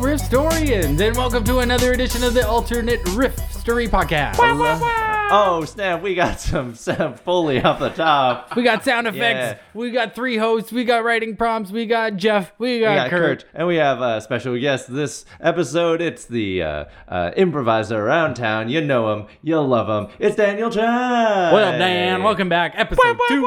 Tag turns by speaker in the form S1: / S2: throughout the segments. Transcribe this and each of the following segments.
S1: historians, and welcome to another edition of the Alternate Riff Story Podcast.
S2: Oh snap! We got some Sam Foley off the top.
S1: We got sound effects.
S2: Yeah.
S1: We got three hosts. We got writing prompts. We got Jeff. We got,
S2: We got
S1: Kurt.
S2: Kurt, and we have a special guest this episode. It's the uh, uh, improviser around town. You know him, you love him. It's Daniel Chan.
S1: Well, Dan, welcome back. Episode two.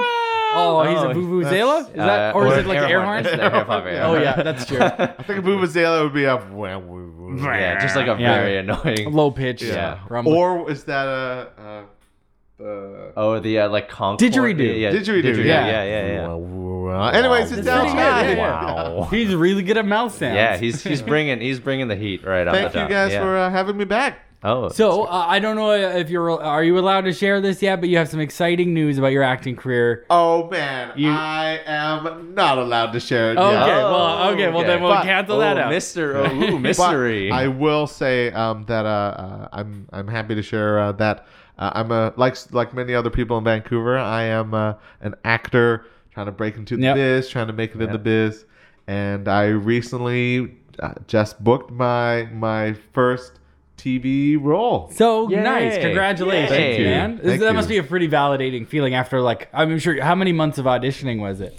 S1: Oh, he's
S2: Oh,
S1: a vuvuzela. Is that,
S2: Uh,
S1: or is
S2: or
S1: it like an air horn?
S2: It's an air horn.
S1: oh yeah, that's true.
S3: I think a vuvuzela would be a wah, wah, wah.
S2: Yeah, just like a
S1: Yeah.
S2: very annoying.
S1: Low pitch.
S2: Yeah.
S1: rumble.
S3: Or is that a, a, a
S2: Oh, the uh, like conch.
S1: Didgeridoo.
S2: Yeah,
S3: didgeridoo?
S2: Yeah, yeah, yeah. yeah.
S3: Wah, wah, wah. Anyways, it's
S1: pretty
S3: down
S1: good,
S3: yeah,
S1: yeah, yeah.
S2: Wow.
S1: he's really good at mouth sounds.
S2: Yeah, he's he's bringing he's bringing the heat right on the
S3: Thank
S2: top.
S3: you guys
S2: yeah.
S3: for uh, having me back.
S2: oh
S1: So uh, I don't know if you're are you allowed to share this yet, but you have some exciting news about your acting career.
S3: Oh man,
S1: You-
S3: I am not allowed to share it.
S2: Oh,
S1: Okay,
S3: yet.
S1: well, okay, well then
S2: okay.
S1: we'll
S3: But-
S1: cancel
S2: oh,
S1: that out.
S2: Mister, oh, ooh,
S3: But
S2: mystery.
S3: I will say um, that uh, uh, I'm I'm happy to share uh, that uh, I'm a like like many other people in Vancouver. I am uh, an actor trying to break into the
S1: Yep.
S3: biz, trying to make it in the biz, and I recently uh, just booked my my first TV role.
S1: So
S2: Yay.
S1: nice, congratulations,
S2: Yay. Thank you.
S1: man! This-
S3: Thank
S1: that
S3: you.
S1: must be a pretty validating feeling after like I'm sure. How many months of auditioning was it?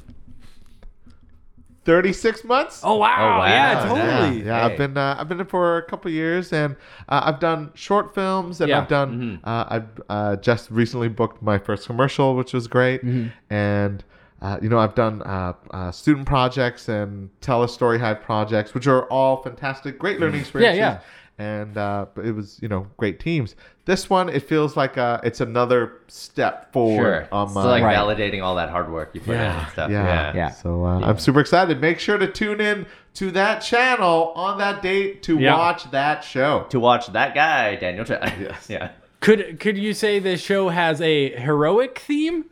S3: Thirty six months.
S1: Oh wow!
S2: Oh, wow.
S1: Yeah,
S3: Yeah,
S1: totally.
S3: Yeah,
S2: Hey.
S3: I've been uh, I've been in for a couple years, and uh, I've done short films, and
S1: Yeah. Mm-hmm.
S3: I've done uh, I've uh, just recently booked my first commercial, which was great,
S1: Mm-hmm.
S3: and. Uh, you know, I've done uh, uh, student projects and tell a story hive projects, which are all fantastic, great learning experiences.
S1: Mm-hmm. yeah.
S3: And uh, it was, you know, great teams. This one, it feels like uh, it's another step forward
S2: Sure.
S3: on
S2: so
S3: my
S2: like
S1: um, Right.
S2: validating all that hard work you put in and stuff.
S3: yeah.
S1: Yeah.
S3: So uh, I'm super excited. Make sure to tune in to that channel on that date to
S1: Yeah.
S3: watch that show.
S2: To watch that guy, Daniel Chan.
S3: Yes.
S2: yeah.
S1: Could could you say this show has a heroic theme?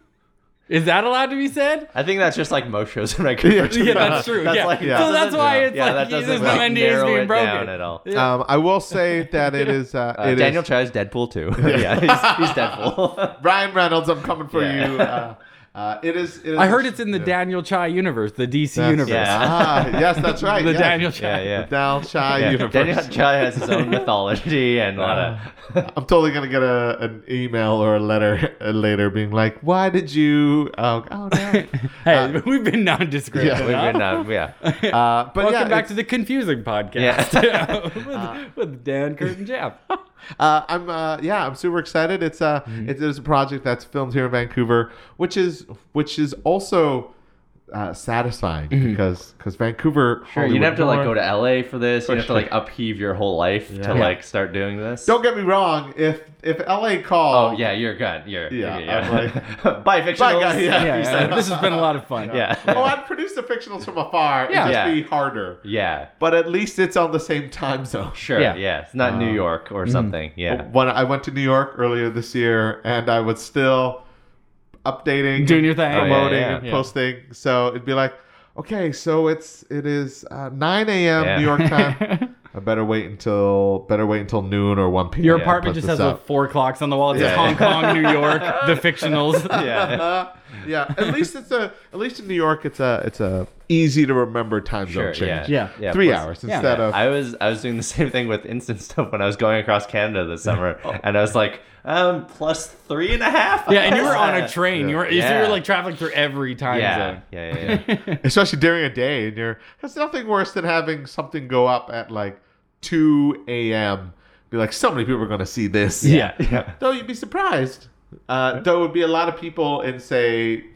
S1: Is that allowed to be said?
S2: I think that's just like most shows in regular.
S1: Yeah, that's true. yeah.
S2: like-
S3: yeah.
S1: So that's why
S2: yeah,
S1: it's
S2: yeah,
S1: like
S2: that
S1: there's
S2: doesn't
S1: no
S2: like
S1: NDAs
S2: narrow
S1: being
S2: it
S1: broken
S2: down at all.
S3: Um, I will say that it is. Uh,
S2: Uh,
S3: it is-
S2: Daniel Chan's Deadpool too. yeah, he's, he's Deadpool.
S3: Ryan Reynolds. I'm coming for
S2: Yeah.
S3: you. Uh, uh, it is. It is
S1: I heard it's in the
S3: Yeah.
S1: Daniel Chai universe, the DC
S3: That's-
S1: universe.
S2: yeah.
S3: Ah, yes, that's right.
S1: The
S3: yes.
S1: Daniel Chai.
S2: yeah, yeah.
S3: The Dal Chai
S2: yeah.
S3: universe.
S2: Daniel Chan has his own mythology and a lot of.
S3: I'm totally gonna get a, an email or a letter uh, later being like, "Why did you?" Oh, oh no.
S1: Hey, we've been nondescriptive.
S3: Yeah.
S1: huh?
S2: We've been, um, yeah.
S3: Uh, but
S1: Welcome
S3: yeah,
S1: back
S3: it's-
S1: to the confusing podcast with, with Dan, Kurt, and Jeff.
S3: Uh, I'm uh, yeah, I'm super excited. It's uh,
S2: Mm-hmm.
S3: it is a project that's filmed here in Vancouver, which is which is also uh, satisfying because because Vancouver.
S2: Mm-hmm. Sure, you'd have to like go to
S3: Hollywood-
S2: LA for this. You'd have to like upheave your whole life to
S3: Yeah.
S2: like start doing this.
S3: Don't get me wrong. If if LA
S2: Oh
S3: called,
S2: yeah, you're good. You're
S3: Yeah,
S2: okay, yeah.
S3: I'm
S2: Bye, fictionals.
S3: Bye, guys. Yeah.
S1: Yeah, yeah, this has been a lot of fun.
S2: yeah.
S3: oh, I'd produce the fictionals from afar.
S1: Yeah.
S3: It'd just
S2: Yeah.
S3: be harder.
S2: Yeah,
S3: But at least it's on the same time zone.
S2: sure.
S1: Yeah. Uh, mm.
S2: Yeah, it's not New York or something. Yeah,
S3: When I went to New York earlier this year, and I was still updating,
S1: Doing your thing.
S2: Oh, yeah,
S3: promoting,
S2: yeah.
S3: and
S1: Yeah.
S3: posting. So it'd be like, okay, so it's it is uh, 9 a.m.
S2: Yeah.
S3: New York time. I better wait until better wait until noon or 1 p.m.
S1: Your
S3: to
S1: apartment
S3: put
S1: just
S3: this
S1: has
S3: up.
S1: like four clocks on the wall. It says
S2: Yeah.
S1: Hong Kong, New York, the fictionals.
S2: yeah.
S3: Uh, yeah, at least it's a at least in New York it's a it's a easy to remember time
S2: Sure,
S3: zone change.
S1: Yeah.
S2: Yeah,
S3: three
S2: plus-
S3: hours
S1: yeah.
S3: instead of
S2: I was I was doing the same thing with instant stuff when I was going across Canada this summer, and I was like, um, plus three and a half.
S1: Oh. Yeah, and you were on a train. You were you so you were
S2: Yeah.
S1: like traveling through every time
S2: Yeah,
S1: zone.
S2: yeah, yeah. yeah.
S3: especially during a day and you're there's nothing worse than having something go up at like 2 a.m be like so many people are going to see this
S1: Yeah.
S2: Yeah.
S3: though you'd be surprised uh though it would be a lot of people in say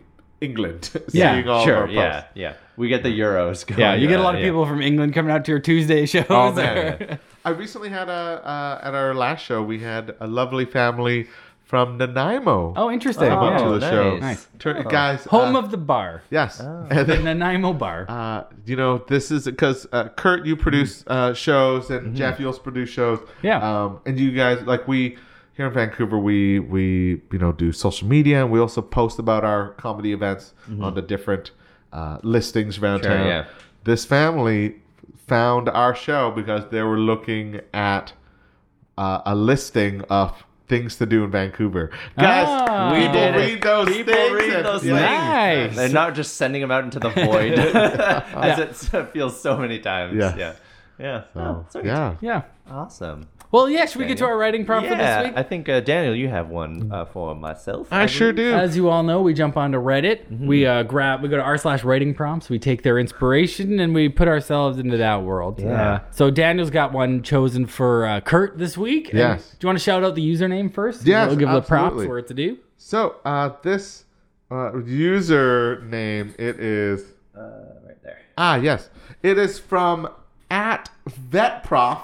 S3: england
S1: Yeah,
S3: seeing all of
S2: sure.
S3: our
S2: Yeah,
S3: posts
S2: yeah. We get the euros. Going
S1: Oh, Yeah, you get a
S2: uh,
S1: lot of
S2: yeah.
S1: people from England coming out to your Tuesday shows.
S3: Oh,
S1: or-
S3: man. i recently had a uh, at our last show we had a lovely family from nanaimo
S1: Oh, interesting.
S3: come up
S1: Yeah.
S2: Oh,
S3: to the show
S2: nice. Oh.
S3: Tur- guys
S1: Home
S3: uh,
S1: of Oh. the bar,
S3: yes And then-
S1: the Nanaimo bar.
S3: uh, you know, this is because uh, Kurt, you produce
S2: Mm-hmm.
S3: uh, shows, and Jeff, you'll produce shows.
S1: Yeah.
S3: Um, and you guys, like we here in Vancouver, we we you know do social media, and we also post about our comedy events on the different uh, listings around
S2: Mm-hmm. Sure,
S3: town.
S2: yeah.
S3: This family found our show because they were looking at uh, a listing of things to do in Vancouver. Guys,
S1: Ah.
S3: we
S1: We
S3: people
S2: did it.
S3: read those
S2: People
S3: things.
S2: read
S3: and-
S2: those
S3: Yeah.
S1: nice.
S2: things. They're not just sending them out into the void, as it feels so many times.
S3: Yeah.
S2: Yeah. Yeah.
S3: So,
S2: Oh, sweet.
S3: yeah.
S1: Yeah.
S2: Awesome.
S1: Well, yeah. Should we get to
S2: Daniel?
S1: our writing prompt
S2: yeah,
S1: for this week?
S2: I think uh, Daniel, you have one uh, for myself.
S3: I sure
S2: believe.
S3: do.
S1: As you all know, we jump onto Reddit.
S2: Mm-hmm.
S1: We uh, grab, we go to r slash rating prompts. We take their inspiration and we put ourselves into that world.
S2: Yeah.
S1: Uh, so Daniel's got one chosen for uh, Kurt this week. And
S3: Yes.
S1: Do you want to shout out the username first?
S3: Yes,
S1: We'll give the props
S3: absolutely.
S1: where it's due.
S3: So uh, this uh, username it is
S2: Uh, right there.
S3: ah yes it is from at vet prof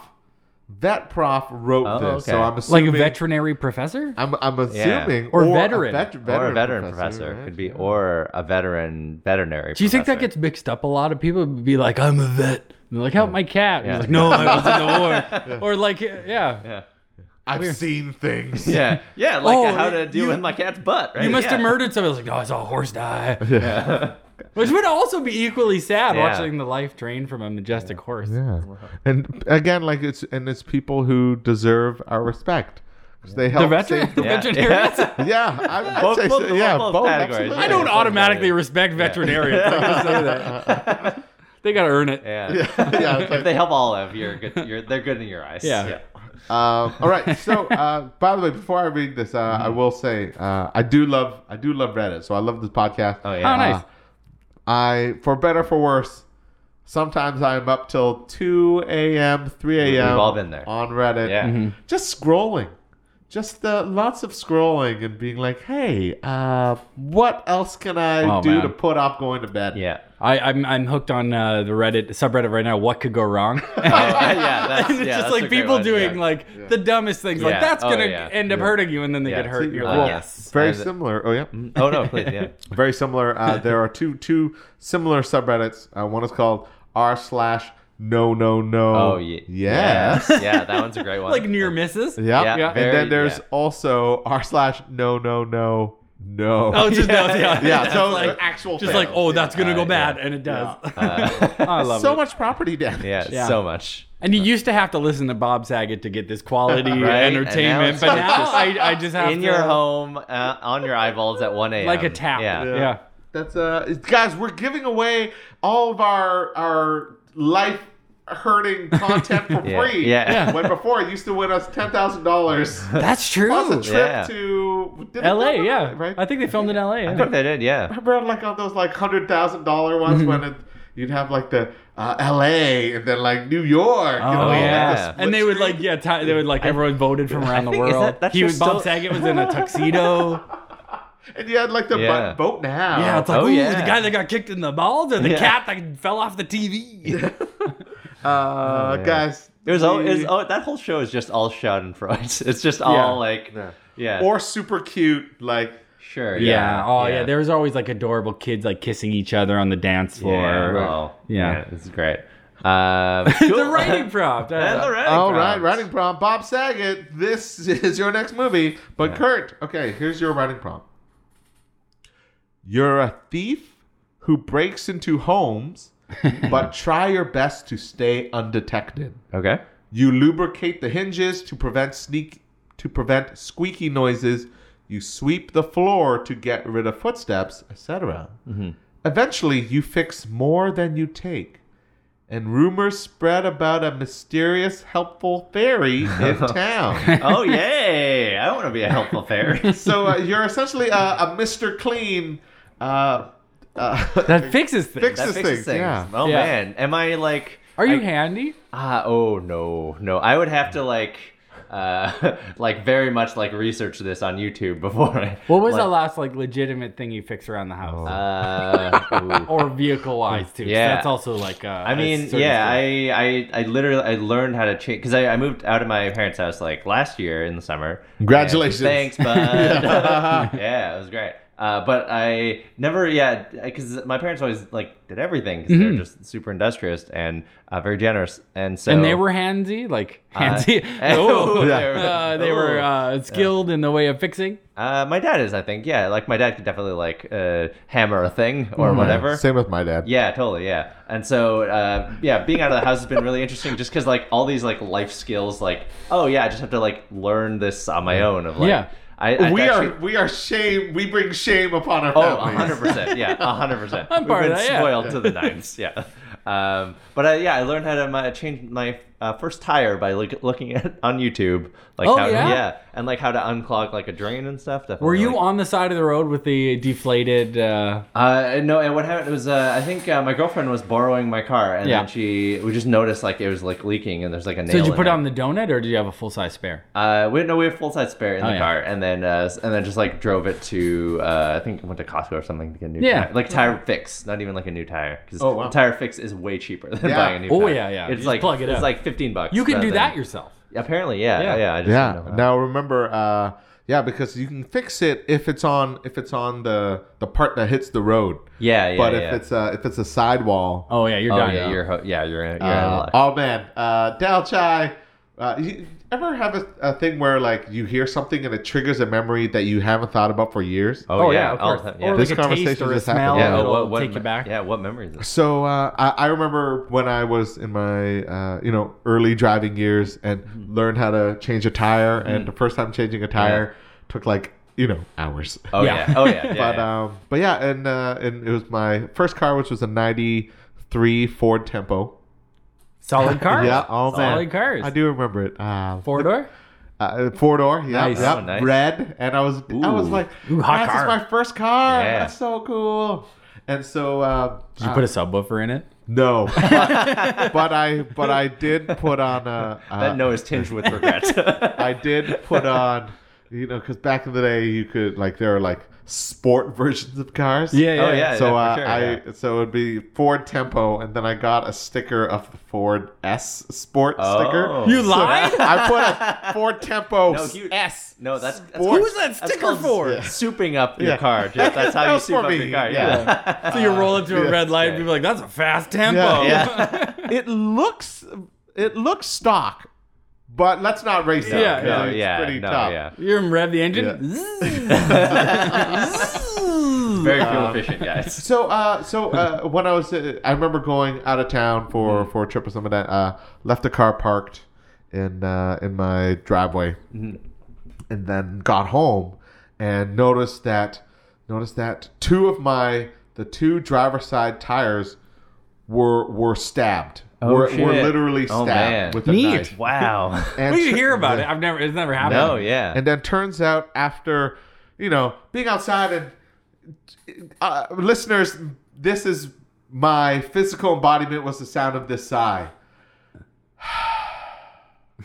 S3: vet prof wrote
S2: Oh,
S3: this so
S2: okay.
S3: I'm
S1: Like
S3: assuming
S1: a veterinary professor.
S3: I'm I'm assuming
S1: Or
S3: a
S1: veteran.
S3: vet-
S2: or a veteran professor,
S3: right?
S2: could be, or a veteran veterinary.
S1: Do you think that
S2: professor.
S1: gets mixed up a lot? of People would be like, "I'm a vet." And they're like, "Help my cat." And he's like, "No, I was in the war." Or like, yeah.
S3: I've seen things.
S2: Yeah, yeah, like uh,
S1: Oh,
S2: how to
S1: you-
S2: deal with my cat's butt. Right?
S1: You must
S2: yeah.
S1: have murdered someone. It's like, no, I saw a horse die. Which would also be equally sad
S2: Yeah.
S1: watching the life drain from a majestic horse.
S3: Yeah. And again, like it's and it's people who deserve our respect. 'Cause They help
S1: The veteran,
S3: save-
S1: the
S2: Oh, Yeah.
S1: veterinarians.
S3: Yeah, I, I'd
S2: Both-
S3: say
S2: both-
S3: so.
S2: both-
S3: yeah,
S2: both
S3: both,
S2: categories.
S3: absolutely.
S1: I don't
S2: Yeah.
S1: automatically respect veterinarians. I can say that. They gotta earn it.
S2: Yeah.
S3: Yeah, it's like-
S2: if they help Olive, you're good. You're they're good in your eyes.
S1: Yeah.
S3: Um, all right. So, uh, by the way, before I read this, uh, I
S2: Mm-hmm.
S3: will say uh, I do love I do love Reddit. So I love this podcast.
S2: Oh
S1: Oh,
S2: yeah.
S1: nice.
S3: I for better for worse. Sometimes I'm up till two a.m., three
S2: We've
S3: a.m.
S2: all been there.
S3: on Reddit. Mm-hmm.
S2: Yeah.
S3: just scrolling, just the lots of scrolling and being like, "Hey, uh, what else can I
S1: Oh,
S3: do
S1: man.
S3: to put off going to bed?"
S2: Yeah.
S1: I, I'm I'm hooked on uh, the Reddit subreddit right now. What could go wrong?
S2: Oh, yeah. That's,
S1: and it's
S2: yeah,
S1: just
S2: that's a
S1: like
S2: great
S1: people
S2: one,
S1: doing
S2: yeah.
S1: like the dumbest things. Like
S2: Yeah.
S1: that's
S2: Oh,
S1: gonna
S2: yeah.
S1: end up hurting you, and then they
S2: Yeah.
S1: get hurt.
S3: See,
S1: and you're
S3: well,
S1: like,
S2: Uh,
S1: yes.
S3: Very
S2: And-
S3: similar. Oh yeah. Mm.
S2: Oh no, please. Yeah.
S3: Very similar. Uh, there are two two similar subreddits. Uh, one is called r slash no no no.
S2: Oh yeah.
S3: Yes.
S2: Yeah. Yeah, That one's a great one.
S1: Like near misses.
S3: Yep.
S2: Yeah,
S3: Yeah.
S2: very-
S3: and then there's
S2: yeah.
S3: also r slash no no no no.
S1: Oh, it's just
S2: Yeah,
S1: no, yeah,
S3: yeah.
S1: It's
S3: So
S1: like
S3: like actual.
S1: just
S3: fails.
S1: like oh, that's gonna
S2: Uh,
S1: go
S2: yeah.
S1: bad, and it does.
S2: Uh,
S1: I love
S3: so
S1: it.
S3: much property damage.
S2: yeah,
S1: Oh, Yeah.
S2: So much.
S1: And you used to have to listen to Bob Saget to get this quality
S2: Right? And now
S1: entertainment,
S2: it's
S1: but now
S2: just
S1: I, I just have
S2: In
S1: to,
S2: your home, uh, on your eyeballs at 1 a.m.
S1: like a tap.
S2: Yeah.
S1: Yeah.
S3: Yeah. That's uh it's- guys, we're giving away all of our our life hurting content for
S2: Yeah.
S3: free.
S2: Yeah. Yeah.
S3: When before it used to win us ten thousand dollars
S1: that's true.
S3: plus a trip
S2: Yeah.
S3: to did they
S1: L.A.
S3: go to-
S1: Yeah,
S3: Right.
S1: I think they filmed in L.A.
S2: I
S1: yeah.
S2: think they did. Yeah.
S3: remember like on those like hundred thousand dollar ones when it, you'd have like the uh, L.A. and then like New York. you know,
S1: Oh
S3: like the
S1: yeah,
S3: split
S1: and they would
S3: screen.
S1: like yeah, ti they would like everyone voted from around the
S2: think- is
S1: world.
S2: that- that's
S1: he was
S2: just
S1: Bob
S2: so-
S1: Saget was in a tuxedo.
S3: and you had like the
S2: Yeah.
S3: button boat now.
S1: yeah, it's like
S2: oh,
S1: ooh,
S2: yeah.
S1: the guy that got kicked in the balls or the
S2: Yeah.
S1: cat that fell off the TV.
S3: uh,
S2: yeah.
S3: guys.
S2: It was all.
S3: we-
S2: It was, oh, that whole show is just all Schadenfreude. It's just all
S1: Yeah.
S2: like.
S3: Yeah.
S2: Yeah.
S3: or super cute like
S2: sure.
S1: Yeah.
S2: Yeah.
S1: Oh yeah. there was always like adorable kids like kissing each other on the dance floor.
S2: Yeah. Oh,
S1: Yeah.
S2: yeah. This is great. Uh,
S1: the
S2: cool.
S1: writing prompt. Uh,
S2: And the writing
S3: All right,
S2: prompts.
S3: writing prompt. Bob Saget, this is your next movie. But Kurt, okay, here's your writing prompt. You're a thief who breaks into homes, but try your best to stay undetected.
S2: Okay.
S3: You lubricate the hinges to prevent sneak to prevent squeaky noises. You sweep the floor to get rid of footsteps, etc.
S2: Mm-hmm.
S3: Eventually, you fix more than you take, and rumors spread about a mysterious, helpful fairy in town.
S2: Oh yay! I want to be a helpful fairy.
S3: So uh, you're essentially a, a Mr. Clean. Uh, uh,
S1: that fixes things.
S3: Fix-
S2: That
S3: Fixes
S2: fixes
S3: things,
S2: things.
S3: yeah.
S2: Oh
S1: Yeah.
S2: man, am I like?
S1: Are you
S2: I-
S1: handy?
S2: Ah, oh no, no. I would have to like, uh, like very much like research this on YouTube before. I,
S1: What was the
S2: like,
S1: last like legitimate thing you fixed around the house?
S2: Uh, ooh.
S1: or vehicle wise too. Yeah,
S2: Yeah.
S1: that's also like. Uh,
S2: I mean, yeah, I, I, I literally I learned how to change because I, I moved out of my parents' house like last year in the summer.
S3: Congratulations.
S2: And thanks, bud. yeah, it was great. Uh, but I never, yeah, because my parents always like did everything 'cause
S1: Mm-hmm.
S2: they're just super industrious and uh, very generous, and so
S1: and they were handsy, like
S2: Uh,
S1: handsy.
S2: oh,
S1: oh,
S2: they were-
S1: uh, they were
S2: oh.
S1: uh, skilled in the way of fixing.
S2: Uh, my dad is, I think. Yeah, like my dad could definitely like uh, hammer a thing or
S1: Mm-hmm.
S2: whatever.
S3: Same with my dad.
S2: Yeah, totally. Yeah, and so uh, yeah, being out of the house has been really interesting, just because like all these like life skills, like oh yeah, I just have to like learn this on my own. Of like,
S1: Yeah.
S2: I, I
S3: we
S2: actually-
S3: are we are shame. We bring shame upon our
S2: Oh,
S3: families.
S2: 100%. Yeah, 100%.
S1: I'm part
S2: We've
S1: of
S2: been
S1: that, yeah.
S2: spoiled to the nines. Yeah. Um, but I, yeah, I learned how to my, change my uh, first tire by look, looking at on YouTube, like
S1: Oh,
S2: how
S1: yeah?
S2: and like how to unclog like a drain and stuff. Definitely.
S1: Were you
S2: like-
S1: on the side of the road with the deflated? Uh,
S2: Uh, no, and what happened was uh, I think uh, my girlfriend was borrowing my car, and
S1: Yeah.
S2: then she we just noticed like it was like leaking, and there's like a nail.
S1: so did you
S2: in
S1: put
S2: it.
S1: on the donut, or did you have a full size spare?
S2: Uh, we no, we have full size spare in
S1: Oh,
S2: the
S1: yeah.
S2: car, and then uh, s- and then just like drove it to uh, I think I went to Costco or something to get a new
S1: Yeah.
S2: tire. like tire fix, not even like a new tire because
S3: Oh, wow.
S2: tire fix is way cheaper than
S3: Yeah.
S2: buying a new.
S1: Oh,
S2: tire.
S1: yeah, yeah. You
S2: It's
S1: just
S2: like
S1: plug it
S2: it's
S1: up.
S2: like fifteen bucks.
S1: You can
S2: rather
S1: do
S2: than-
S1: that yourself.
S2: Apparently, yeah,
S1: Yeah.
S2: yeah. I just
S3: Yeah.
S2: didn't know that.
S3: Now remember, uh, yeah, because you can fix it if it's on if it's on the the part that hits the road.
S2: Yeah, yeah.
S3: but
S2: yeah.
S3: if it's uh, if it's a sidewall,
S1: Oh yeah, you're
S2: oh,
S1: done.
S2: yeah, you're ho- yeah, you're in, you're out
S3: Uh,
S2: of luck.
S3: oh man, uh, Dal Chai. Uh, you ever have a, a thing where like you hear something and it triggers a memory that you haven't thought about for years?
S2: Oh, yeah,
S1: of
S2: all the
S1: course.
S2: time, yeah.
S1: Or
S3: This
S1: like a taste
S3: conversation
S1: or a
S3: just happened.
S1: smell.
S3: oh,
S2: yeah,
S1: it'll
S2: what, what
S1: take you
S2: me-
S1: back.
S2: Yeah, what memory is this?
S3: So uh, I, I remember when I was in my uh, you know early driving years and
S2: Mm-hmm.
S3: learned how to change a tire, and the first time changing a tire took like you know hours.
S2: Oh
S1: Yeah.
S2: yeah, oh yeah, yeah,
S3: but
S2: yeah.
S3: um, but yeah, and uh, and it was my first car, which was a '93 Ford Tempo.
S1: Solid cars.
S3: Yeah, oh
S1: Solid
S3: man,
S1: cars.
S3: I do remember it. Uh,
S1: Four door.
S3: uh, four door, yeah,
S1: Nice.
S3: yeah,
S2: Oh, nice.
S3: red, and I was I was
S2: Ooh.
S3: like,
S1: Ooh, hot
S3: "Yes,
S1: car."
S3: it's my first car.
S2: Yeah.
S3: That's so cool. And so uh,
S1: Did you
S3: uh,
S1: put a subwoofer in it?
S3: no, but, but I but I did put on a,
S2: that
S3: uh,
S2: no is tinged with regret.
S3: I did put on you know because back in the day you could like there were like sport versions of cars.
S2: Oh yeah.
S3: So
S2: yeah,
S3: uh,
S2: for sure,
S3: I
S2: yeah.
S3: so it would be Ford Tempo, and then I got a sticker of the Ford S Sport
S2: Oh.
S3: sticker.
S1: You
S3: So
S1: lied?
S3: I put a Ford Tempo
S2: No, you-
S3: S.
S2: No, that's, that's
S3: Sports.
S2: called-
S3: Who's
S1: that
S2: that's
S1: sticker
S2: called
S1: for?
S2: Souping up your
S3: Yeah.
S2: car. Jeff. That's how
S3: That
S2: you
S3: was
S2: soup
S3: for
S2: up
S3: me,
S2: your car.
S3: yeah.
S2: Yeah.
S1: So you roll into a
S3: yeah.
S1: red light and people are like, "That's a fast tempo."
S2: Yeah.
S3: it looks it looks stock, but let's not race it.
S1: Yeah,
S3: because
S2: No,
S3: it's
S2: yeah,
S3: pretty
S2: no,
S3: tough.
S2: yeah.
S1: You even rev the engine.
S3: Yeah.
S1: Zzzz.
S2: Very fuel efficient, guys.
S3: So, uh, so uh, when I was, uh, I remember going out of town for
S2: Mm-hmm.
S3: for a trip or something. That uh, left the car parked in uh, in my driveway,
S2: Mm-hmm.
S3: and then got home and noticed that noticed that two of my the two driver side tires were were stabbed. were, were
S2: Oh, shit.
S3: literally
S2: Oh,
S3: stabbed
S2: man.
S3: with a
S1: Neat.
S3: knife.
S2: Wow.
S3: And
S1: We didn't
S3: tr-
S1: hear about
S3: yeah.
S1: it. I've never. It's never happened.
S2: No, yeah.
S3: And then turns out after, you know, being outside and uh, listeners, this is my physical embodiment was the sound of this sigh.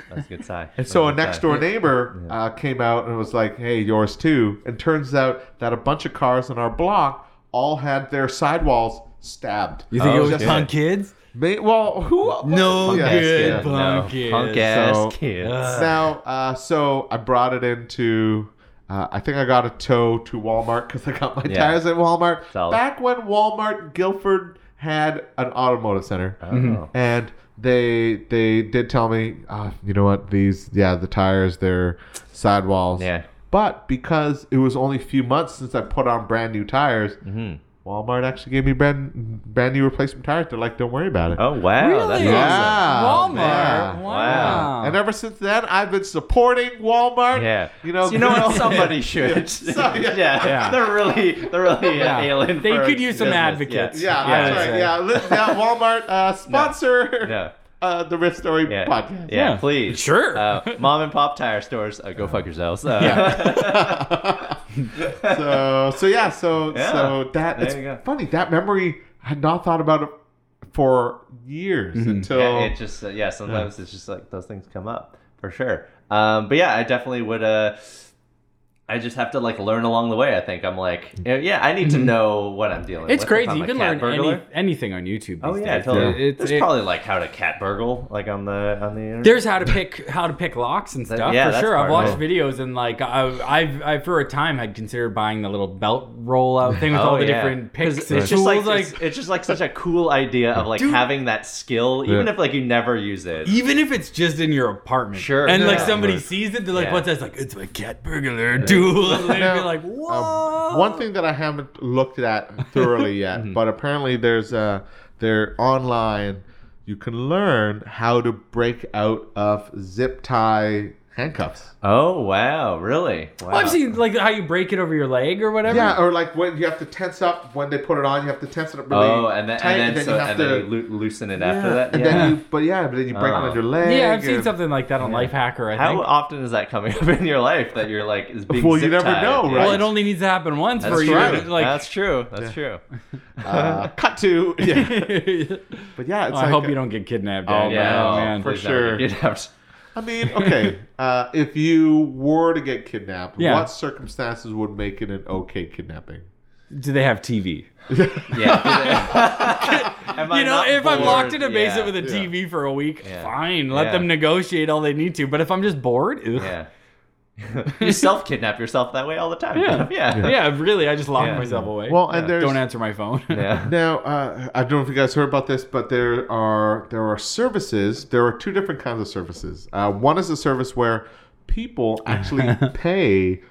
S2: That's a good sigh.
S3: And so a
S2: That's good
S3: next
S2: sigh.
S3: door neighbor uh, came out and was like, "Hey, yours too." And turns out that a bunch of cars in our block all had their sidewalls stabbed.
S1: You think
S2: Oh,
S1: it was
S2: shit.
S1: punk kids?
S3: May- well, who?
S1: No
S3: Yeah.
S1: good
S3: Yeah.
S2: No.
S1: punk kids.
S2: Punk ass
S3: So-
S2: kids.
S3: Now, uh, so I brought it into. Uh, I think I got a tow to Walmart because I got my
S2: Yeah.
S3: tires at Walmart.
S2: Solid.
S3: Back when Walmart Guilford had an automotive center,
S2: Mhm.
S3: and they they did tell me, uh, you know what? These yeah, the tires, they're sidewalls.
S2: Yeah.
S3: But because it was only a few months since I put on brand new tires,
S2: Mm-hmm.
S3: Walmart actually gave me brand brand new replacement tires. They're like, don't worry about it.
S2: Oh, wow. That's
S1: Really?
S2: awesome.
S3: Yeah.
S1: Walmart.
S3: Yeah.
S1: Wow.
S3: And ever since then, I've been supporting Walmart.
S2: Yeah.
S3: You know,
S2: So you know
S3: good
S2: what?
S3: old-
S2: Somebody should. Yeah.
S3: So- yeah.
S1: Yeah.
S2: They're really, they're really
S1: Yeah.
S2: yeah. alien.
S1: They
S2: for
S1: could use some
S2: business.
S1: advocates.
S3: Yeah,
S1: Yeah,
S3: that's
S1: that's
S3: right.
S1: right.
S3: Yeah, li- yeah, Walmart uh, sponsor
S2: No.
S3: Uh, the Rift Story
S2: Yeah.
S3: podcast.
S2: Yeah,
S1: Yeah.
S2: please.
S1: Sure.
S2: Uh, mom and pop tire stores, uh, go fuck yourselves. Uh,
S3: So, so yeah, so
S2: Yeah.
S3: so that
S2: There
S3: it's
S2: you go.
S3: funny that memory I had not thought about it for years until
S2: yeah, it just uh, yeah. Sometimes it's just like those things come up for sure. Um, but yeah, I definitely would. Uh, I just have to like learn along the way. I think I'm like, you know, yeah, I need to know what I'm dealing.
S1: Mm-hmm. It's
S2: with.
S1: crazy.
S2: If I'm
S1: You
S2: a
S1: can
S2: cat
S1: learn
S2: burglar.
S1: any, anything on YouTube. These
S2: Oh yeah,
S1: days.
S2: totally.
S1: It's-
S2: There's
S1: it-
S2: probably like how to cat burgle, like on the on the internet.
S1: There's how to pick how to pick locks and stuff
S2: yeah,
S1: for
S2: that's
S1: sure. I've
S2: part
S1: watched
S2: of
S1: videos and like I, I've I for a time had considered buying the little belt rollout thing with all the
S2: Oh, yeah.
S1: different
S2: 'Cause
S1: picks.
S2: It's
S1: and
S2: just like,
S1: tools, like,
S2: it's, it's just like such a cool idea of like
S1: Dude.
S2: having that skill, even
S3: Yeah.
S2: if like you never use it.
S1: even if it's just in your apartment,
S2: Sure,
S1: and like
S2: yeah.
S1: somebody
S2: Right.
S1: sees it, they're like,
S2: Yeah.
S1: "What's that?" It's like it's my cat burglar duel. And they'd be
S3: Now,
S1: like, "Whoa!"
S3: Um, one thing that I haven't looked at thoroughly yet,
S2: Mm-hmm.
S3: but apparently there's uh, a there online you can learn how to break out of zip tie handcuffs.
S2: Oh wow, really? Wow.
S1: Well, I've seen like how you break it over your leg or whatever.
S3: Yeah, or like when you have to tense up when they put it on, you have to tense it up really
S2: Oh, and then
S3: tight,
S2: and then, so,
S3: you
S2: and
S3: have
S2: then
S3: to.
S2: you loo- loosen it after
S3: Yeah,
S2: that.
S3: and
S2: yeah.
S3: then you, but yeah, but then you break
S2: Oh.
S3: them on your leg.
S1: yeah, I've seen
S3: and-
S1: something like that on Lifehacker. I
S2: How
S1: think.
S2: often is that coming up in your life that you're like is being
S3: Well, you
S2: zip
S3: never
S2: tied?
S3: know,
S1: Well,
S3: right?
S1: it only needs to happen once
S2: That's
S1: for you.
S2: true.
S1: to, Like,
S2: That's true. That's true.
S3: Uh, cut to. Yeah, but yeah, it's
S1: I
S3: like
S1: hope
S3: a-
S1: you don't get kidnapped.
S3: Oh,
S1: Dad.
S2: Yeah,
S1: Oh,
S3: no,
S1: man.
S3: for
S2: please don't get kidnapped.
S3: I mean, okay. uh, if you were to get kidnapped,
S1: Yeah.
S3: what circumstances would make it an okay kidnapping?
S1: Do they have TV?
S2: Yeah. Am I
S1: you know,
S2: not
S1: if I'm
S2: bored?
S1: locked in a basement
S2: Yeah.
S1: with a
S3: Yeah.
S1: TV for a week,
S2: Yeah.
S1: fine. Let
S2: Yeah.
S1: them negotiate all they need to. But if I'm just bored, ugh.
S2: Yeah. you self kidnap yourself that way all the time.
S1: Yeah.
S2: yeah.
S1: Yeah, really, I just lock
S2: Yeah.
S1: myself away.
S3: Well, and there's
S1: don't answer my phone.
S2: Yeah.
S3: Now, uh, I don't know if you guys heard about this, but there are there are services. There are two different kinds of services. Uh, one is a service where people actually pay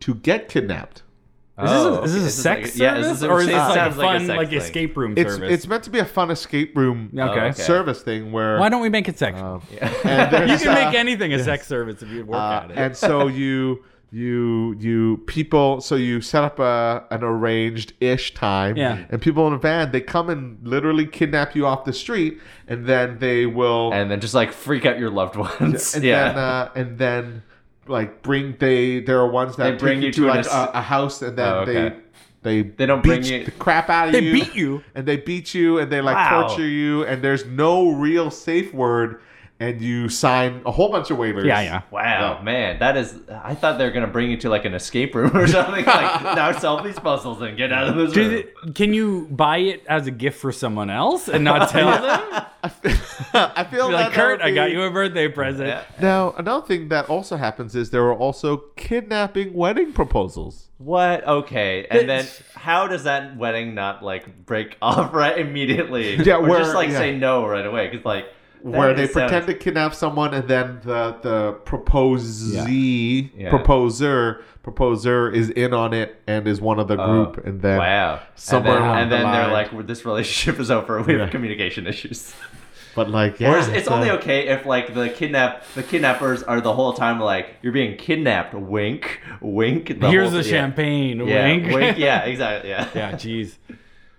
S3: to get kidnapped.
S1: Is this a,
S2: Oh,
S1: is this
S2: okay.
S1: a
S2: is
S1: sex
S2: like- yeah,
S1: service,
S2: this is-
S1: or is
S2: it
S1: this like a
S2: sounds
S1: fun,
S2: sex
S1: like,
S2: thing.
S1: escape room
S3: It's
S1: service?
S3: it's meant to be a fun escape room uh,
S1: okay.
S2: Oh, okay.
S3: service thing where
S1: Why don't we make it sex?
S2: Oh.
S3: and there's,
S1: you can
S3: uh,
S1: make anything a sex service if you work
S3: uh,
S1: at it.
S3: and so you you you people so you set up a an arranged ish time
S1: Yeah.
S3: and people in a van they come and literally kidnap you off the street and then they will
S2: And then just like freak out your loved ones.
S3: and
S2: yeah.
S3: then uh, and then like bring they there are ones that
S2: They bring
S3: take
S2: you to an
S3: like
S2: ass-
S3: a, a house and then
S2: Oh, okay.
S3: they they
S2: They don't
S3: beat
S2: bring you-
S3: the crap out of
S1: They
S3: you
S1: beat you?
S3: and they beat you and they like
S2: Wow.
S3: torture you and there's no real safe word and you sign a whole bunch of waivers
S1: Yeah, yeah.
S2: wow, Oh, man, that is. I thought they were gonna bring you to like an escape room or something. like now solve these puzzles and get out of this
S1: Do
S2: room.
S1: they- can you buy it as a gift for someone else and not tell them?
S3: I feel
S1: Be like
S3: that that
S1: Kurt,
S3: would
S1: I got
S3: be-
S1: you a birthday present.
S2: Yeah.
S3: Now another thing that also happens is there are also kidnapping wedding proposals.
S2: What? Okay. And then how does that wedding not like break off right immediately?
S3: Yeah,
S2: or
S3: where-
S2: just like
S3: yeah.
S2: say no right away because like that
S3: where they
S2: just sounds-
S3: pretend to kidnap someone and then the the proposee
S2: Yeah.
S3: proposer proposer is in on it and is one of the group and then
S2: Oh, wow
S3: somewhere
S2: and then,
S3: along
S2: and
S3: the
S2: then they're
S3: line.
S2: like "Well, this relationship is over we have communication issues
S3: but like yeah
S2: or it's, it's
S3: so-
S2: only okay if like the kidnap the kidnappers are the whole time like you're being kidnapped wink wink the
S1: Here's
S2: whole-
S1: a
S2: yeah.
S1: champagne.
S2: yeah.
S1: wink.
S2: yeah exactly yeah
S1: yeah, jeez.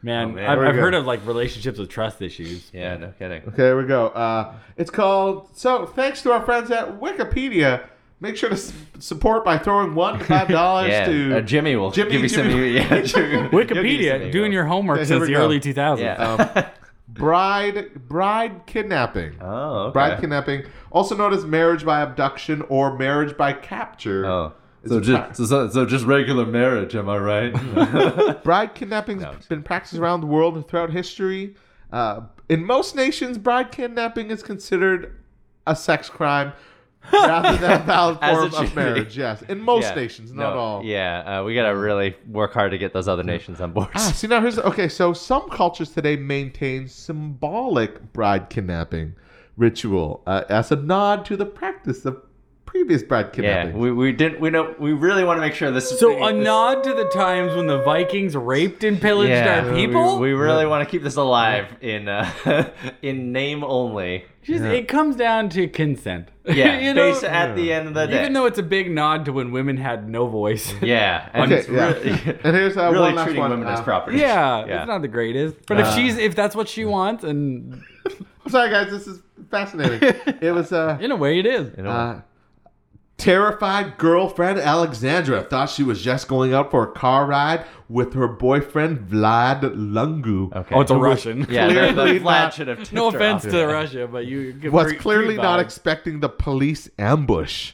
S1: Man,
S2: Oh, man.
S1: I've,
S3: Very
S1: I've
S3: good.
S1: heard of like relationships with trust issues.
S2: yeah no kidding
S3: okay here we go uh it's called so thanks to our friends at wikipedia make sure to s- support by throwing one to five dollars
S2: yeah
S3: to
S2: uh, Jimmy will
S3: Jimmy-
S2: give you some
S3: Jimmy-
S2: yeah Jimmy- Oh. he'll give you some
S1: Wikipedia,
S2: emails.
S1: doing your homework
S3: Yeah, here
S1: since the
S3: we go.
S1: early 2000s.
S2: yeah
S3: bride bride kidnapping
S2: oh okay.
S3: bride kidnapping also known as marriage by abduction or marriage by capture
S2: Oh.
S3: It's
S2: So
S3: a
S2: just,
S3: fact.
S2: so- so, so just regular marriage, am I right?
S3: Bride kidnapping
S2: No.
S3: has been practiced around the world and throughout history. Uh, in most nations, bride kidnapping is considered a sex crime rather than a valid
S2: As it
S3: form
S2: should
S3: of
S2: be.
S3: marriage. Yes, in most
S2: Yeah.
S3: nations, not
S2: No,
S3: all.
S2: Yeah, uh, we gotta really work hard to get those other nations on board.
S3: Ah, see now here's okay. So some cultures today maintain symbolic bride kidnapping ritual uh, as a nod to the practice of previous bride
S2: yeah,
S3: kidnapping.
S2: we, we didn't. We know. We really want to make sure this.
S1: So a
S2: this-
S1: nod to the times when the Vikings raped and pillaged
S2: yeah,
S1: our people.
S2: We, we really want to keep this alive in uh, in name only.
S1: Just, It comes down to consent.
S2: Yeah,
S1: you know,
S2: base at the end of the day.
S1: even though it's a big nod to when women had no voice.
S2: yeah, and
S3: Okay,
S2: it's
S3: yeah.
S2: really,
S3: And here's, uh,
S2: really
S3: one last
S2: treating
S3: one,
S2: women as
S3: uh,
S2: property.
S1: Yeah,
S2: yeah. Uh,
S1: it's not the greatest. But if she's if that's what she wants, and
S3: I'm sorry, guys. This is fascinating. it was uh,
S1: in a way it is.
S2: You know,
S3: Uh, terrified girlfriend Alexandra thought she was just going out for a car ride with her boyfriend Vlad Lungu.
S2: okay.
S1: Oh, it's a Russian.
S2: yeah. The,
S3: clearly
S2: the flag
S3: not-
S2: should have. tipped
S1: No
S2: her
S1: offense
S2: off.
S1: to Russia, but you get
S3: Was
S1: free-
S3: clearly
S1: free
S3: not
S1: vibes.
S3: expecting the police ambush.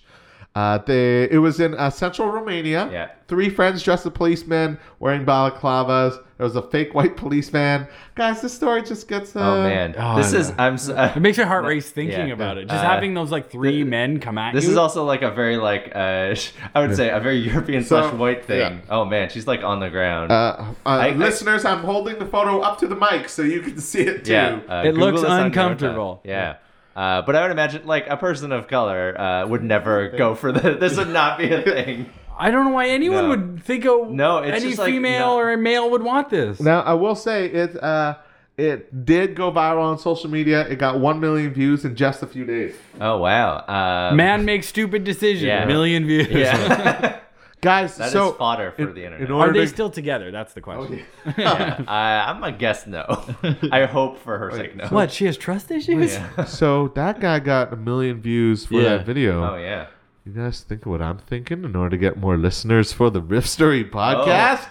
S3: Uh, they, it was in uh, central Romania.
S2: Yeah.
S3: Three friends dressed as policemen wearing balaclavas. There was a fake white policeman. Guys, this story just gets. Uh,
S2: Oh man,
S1: Oh,
S2: this
S1: no.
S2: is. I'm. s- Uh,
S1: It makes your heart race thinking
S2: yeah.
S1: about it. Just
S2: Uh,
S1: having those like three men come at
S2: This
S1: you.
S2: is also like a very like uh, I would say a very European
S3: So,
S2: slash white thing.
S3: yeah.
S2: Oh man, she's like on the ground.
S3: Uh, uh,
S2: I- I-
S3: listeners, I, am holding the photo up to the mic so you can see it too.
S2: yeah, uh,
S1: It looks
S2: this on your own
S1: uncomfortable.
S2: time. Yeah. Uh, but I would imagine, like a person of color uh, would never go for the. This would not be a thing.
S1: I don't know why anyone
S2: No.
S1: would think of
S2: No, it's
S1: any
S2: just like
S1: female
S2: not-
S1: or a male would want this.
S3: Now I will say it. Uh, It did go viral on social media. It got 1 million views in just a few days.
S2: Oh wow. Um,
S1: Man makes stupid decisions.
S2: Yeah.
S1: Million views.
S2: Yeah.
S3: Guys,
S2: That is
S3: so
S2: fodder for
S3: in-
S2: the
S3: In
S2: internet.
S3: order
S1: Are they
S3: to,
S1: still together? That's the question.
S2: yeah. I, I'm gonna guess no. I hope for her sake no.
S1: What? She has trust issues?
S2: Yeah.
S3: so that guy got a million views for
S4: Yeah.
S3: that video.
S2: Oh yeah.
S3: You guys think of what I'm thinking in order to get more listeners for the Riffstory
S2: Oh.
S3: podcast?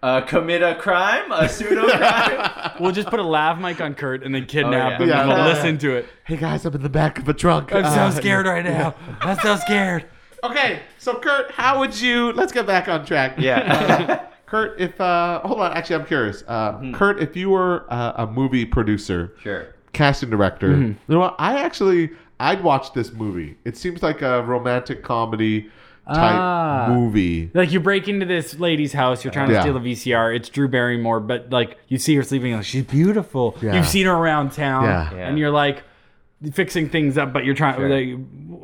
S2: Uh, commit a crime, a pseudo crime.
S1: We'll just put a lav mic on Kurt and then kidnap
S2: Oh,
S1: him
S2: yeah.
S1: and we'll
S3: Yeah.
S1: listen to it.
S3: Hey guys, I'm in the back of a trunk.
S1: I'm
S3: Uh,
S1: so scared right now. I'm so scared.
S3: Okay, so Kurt, how would you? Let's get back on track.
S2: yeah.
S3: Kurt, if uh, hold on, actually, I'm curious. Uh,
S2: Hmm.
S3: Kurt, if you were uh, a movie producer,
S2: sure.
S3: casting director, you
S1: Mm-hmm.
S3: know what? I actually I'd watch this movie. It seems like a romantic comedy type
S1: Ah.
S3: movie.
S1: Like you break into this lady's house, you're trying to
S3: Yeah.
S1: steal a VCR. It's Drew Barrymore, but like you see her sleeping, like she's beautiful.
S3: Yeah.
S1: You've seen her around town,
S3: Yeah.
S2: Yeah.
S1: and you're like fixing things up, but you're trying.
S2: Sure.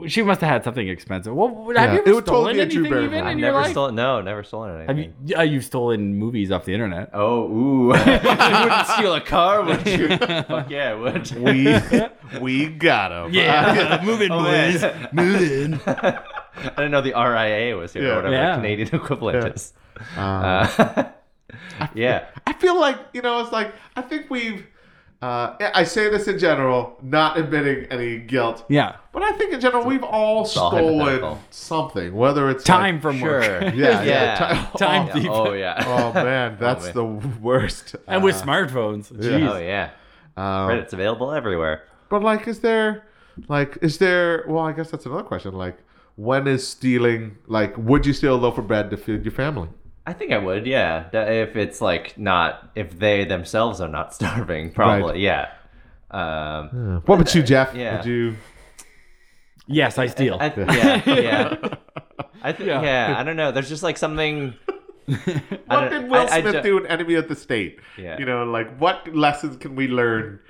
S1: Like, she must have had something expensive. Well, have
S3: Yeah.
S1: you ever
S3: It would totally
S1: stolen
S3: be a Drew
S1: anything even
S3: Barrymore.
S1: in
S2: I've
S1: your
S2: never
S1: life?
S2: stolen. No, never stolen anything.
S1: have you? Uh, you've stolen movies off the internet.
S2: Oh, ooh. you wouldn't steal a car, would you? Fuck yeah, I would.
S3: We we got him.
S1: Yeah, moving
S2: Oh,
S1: boys,
S2: man.
S1: moving.
S2: I didn't know the RIA was here
S3: Yeah.
S2: or whatever
S1: Yeah.
S2: the Canadian equivalent
S3: Yeah.
S2: is. Uh, yeah.
S3: I feel like you know, it's like I think we've. Uh, I say this in general, not admitting any guilt.
S1: Yeah,
S3: But I think in general, we've all
S2: all
S3: stolen
S2: hypothetical.
S3: something, whether it's
S1: time
S3: Like,
S1: from
S2: Sure.
S1: work.
S3: yeah, yeah,
S2: Yeah.
S3: ti-
S1: Time
S3: Oh,
S1: thief.
S2: Oh yeah.
S3: oh, man, that's
S2: man.
S3: the worst.
S1: and with
S3: Uh,
S1: smartphones,
S3: yeah.
S1: jeez.
S2: Oh yeah.
S3: um,
S2: Reddit's available everywhere.
S3: But like, is there like is there? Well, I guess that's another question. Like, when is stealing? Like, would you steal a loaf of bread to feed your family?
S2: I think I would, yeah. Da- If it's like not, if they themselves are not starving, probably, yeah. Um,
S3: What about you, Jeff?
S2: Yeah.
S3: Would you?
S1: Yes, I steal.
S2: I th- yeah, yeah. I think,
S1: Yeah.
S2: yeah. I don't know. There's just like something. I
S3: What
S2: don't-
S3: did Will
S2: I- I
S3: Smith
S2: don't-
S3: do in Enemy of the State?
S2: Yeah.
S3: You know, like what lessons can we learn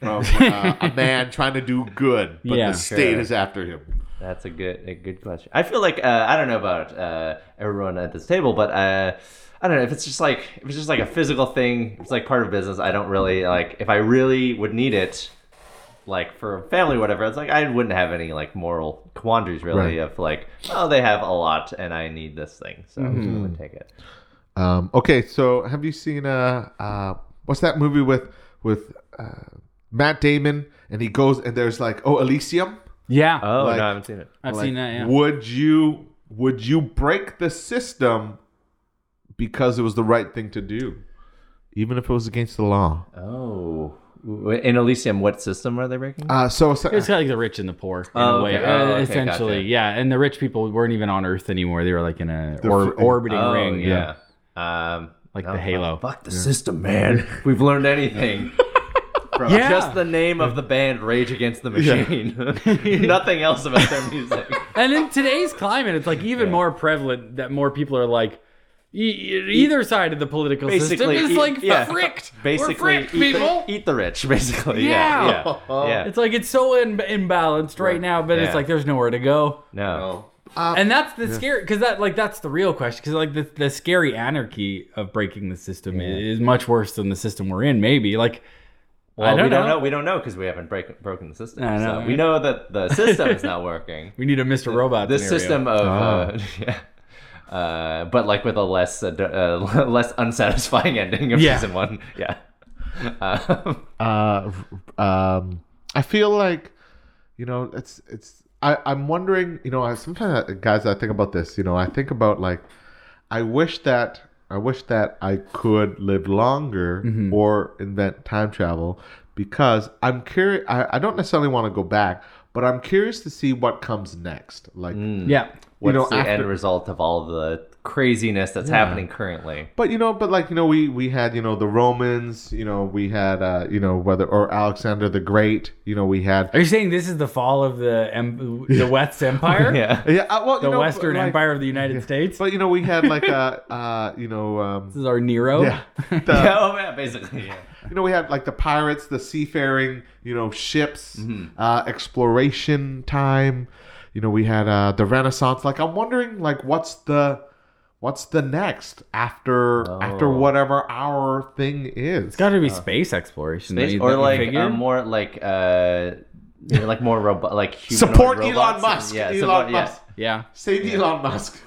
S3: from uh, a man trying to do good, but
S1: Yeah.
S3: the state
S2: Sure.
S3: is after him?
S2: That's a good, a good question. I feel like uh, I don't know about uh, everyone at this table, but uh, I don't know if it's just like if it's just like a physical thing. It's like part of business. I don't really like if I really would need it, like for family, or whatever. It's like I wouldn't have any like moral quandaries really
S3: Right.
S2: of like, oh, they have a lot and I need this thing, so I would take it.
S3: Um, okay, so have you seen uh, uh, what's that movie with with uh, Matt Damon and he goes and there's like oh Elysium.
S1: yeah,
S2: Oh
S3: Like-
S2: no, I haven't seen it.
S1: I've
S3: Like,
S1: seen that. Yeah.
S3: Would you would you break the system because it was the right thing to do, even if it was against the law?
S2: Oh, in Elysium, what system are they breaking?
S3: Uh, so, so
S1: It's kind of like the rich and the poor in
S2: Oh,
S1: a way,
S2: okay. Oh,
S1: uh,
S2: okay,
S1: essentially.
S2: gotcha.
S1: Yeah, and the rich people weren't even on Earth anymore. They were like in a or,
S3: fr-
S1: orbiting
S2: oh,
S1: ring.
S2: yeah. Um,
S1: Like the Halo.
S2: Fuck the system, man. We've learned anything. From
S1: Yeah.
S2: just the name of the band Rage Against the Machine. Nothing else about their music.
S1: And in today's climate, it's like even more prevalent that more people are like. E- e- either side of the political
S2: Basically,
S1: system is
S2: eat-
S1: like
S2: yeah.
S1: fricked.
S2: Basically,
S1: We're fricked,
S2: eat,
S1: people.
S2: The, eat the rich, basically. Yeah.
S1: Yeah.
S2: Yeah. yeah.
S1: It's like it's so in- imbalanced right now, but it's
S2: Yeah.
S1: like there's nowhere to go.
S2: no.
S3: uh,
S1: and that's the scary because that like that's the real question because like the, the scary anarchy of breaking the system i- is much worse than the system we're in maybe like
S2: Well,
S1: I don't
S2: we don't
S1: know.
S2: know. We don't know because we haven't break, broken the system.
S1: I know,
S2: so
S1: right?
S2: we know that the system is not working.
S1: we need a mr robot
S2: the
S1: scenario.
S2: system of
S3: Ah.
S2: uh, yeah. Uh, but like with a less uh, d- uh, less unsatisfying ending of
S1: Yeah.
S2: season one, yeah. Um,
S3: uh, um, I feel like you know it's it's I, I'm wondering you know I, sometimes I, guys I think about this you know I think about like I wish that I wish that I could live longer
S1: Mm-hmm.
S3: or invent time travel because I'm curious I, I don't necessarily want to go back but I'm curious to see what comes next like
S1: yeah
S2: Mm. what's
S3: know,
S2: the
S3: after-
S2: end result of all the craziness that's happening currently?
S3: But you know, but like you know, we we had you know the Romans, you know, we had uh, you know whether or Alexander the Great, you know, we had
S1: are you saying this is the fall of the em- the west empire
S2: Yeah,
S3: yeah, uh, well,
S1: the
S3: you know,
S1: western
S3: but, like-
S1: empire of the united states
S3: But you know, we had like a uh, you know
S1: this
S3: um,
S1: is our nero
S3: yeah, the-
S2: yeah, oh, yeah basically. Yeah.
S3: you know we had like the pirates, the seafaring, you know, ships, uh, exploration time. You know, we had uh, the Renaissance. Like, I'm wondering, like, what's the what's the next after
S2: Oh.
S3: after whatever our thing is.
S1: It's got to be space exploration. don't
S2: Uh, Space-
S1: you-
S2: or
S1: don't you
S2: like
S1: figure?
S2: uh, more like uh, you know, like more robot, like humanoid
S3: Support
S2: robots
S3: Elon
S2: and-
S3: Musk.
S2: yeah,
S3: Elon
S2: support- yeah.
S3: Musk.
S1: yeah.
S3: Save Elon Musk.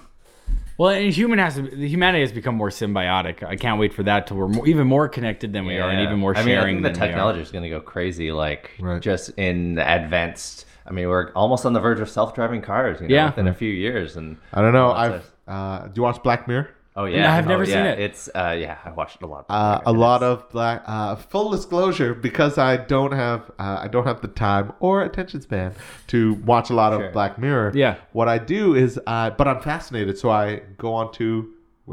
S1: Well, and human has to, the humanity has become more symbiotic. I can't wait for that till we're more, even more connected than we are, and
S2: Yeah.
S1: even more
S2: I
S1: sharing.
S2: mean, I think the
S1: than we are.
S2: technology is going to go crazy, like
S3: Right.
S2: just in the advanced. I mean, we're almost on the verge of self-driving cars. You know,
S1: Yeah.
S2: within a few years, and
S3: I don't know.
S2: Lots
S3: I've uh, do you watch Black Mirror?
S2: oh yeah,
S1: I've
S2: Oh,
S1: never seen
S2: yeah.
S1: it.
S2: It's uh, yeah, I watched a lot.
S3: Uh, a
S2: It
S3: lot
S2: is-
S3: of black. Uh, full disclosure, because I don't have uh, I don't have the time or attention span to watch a lot
S2: Sure.
S3: of Black Mirror.
S1: Yeah.
S3: What I do is, I, but I'm fascinated, so I go onto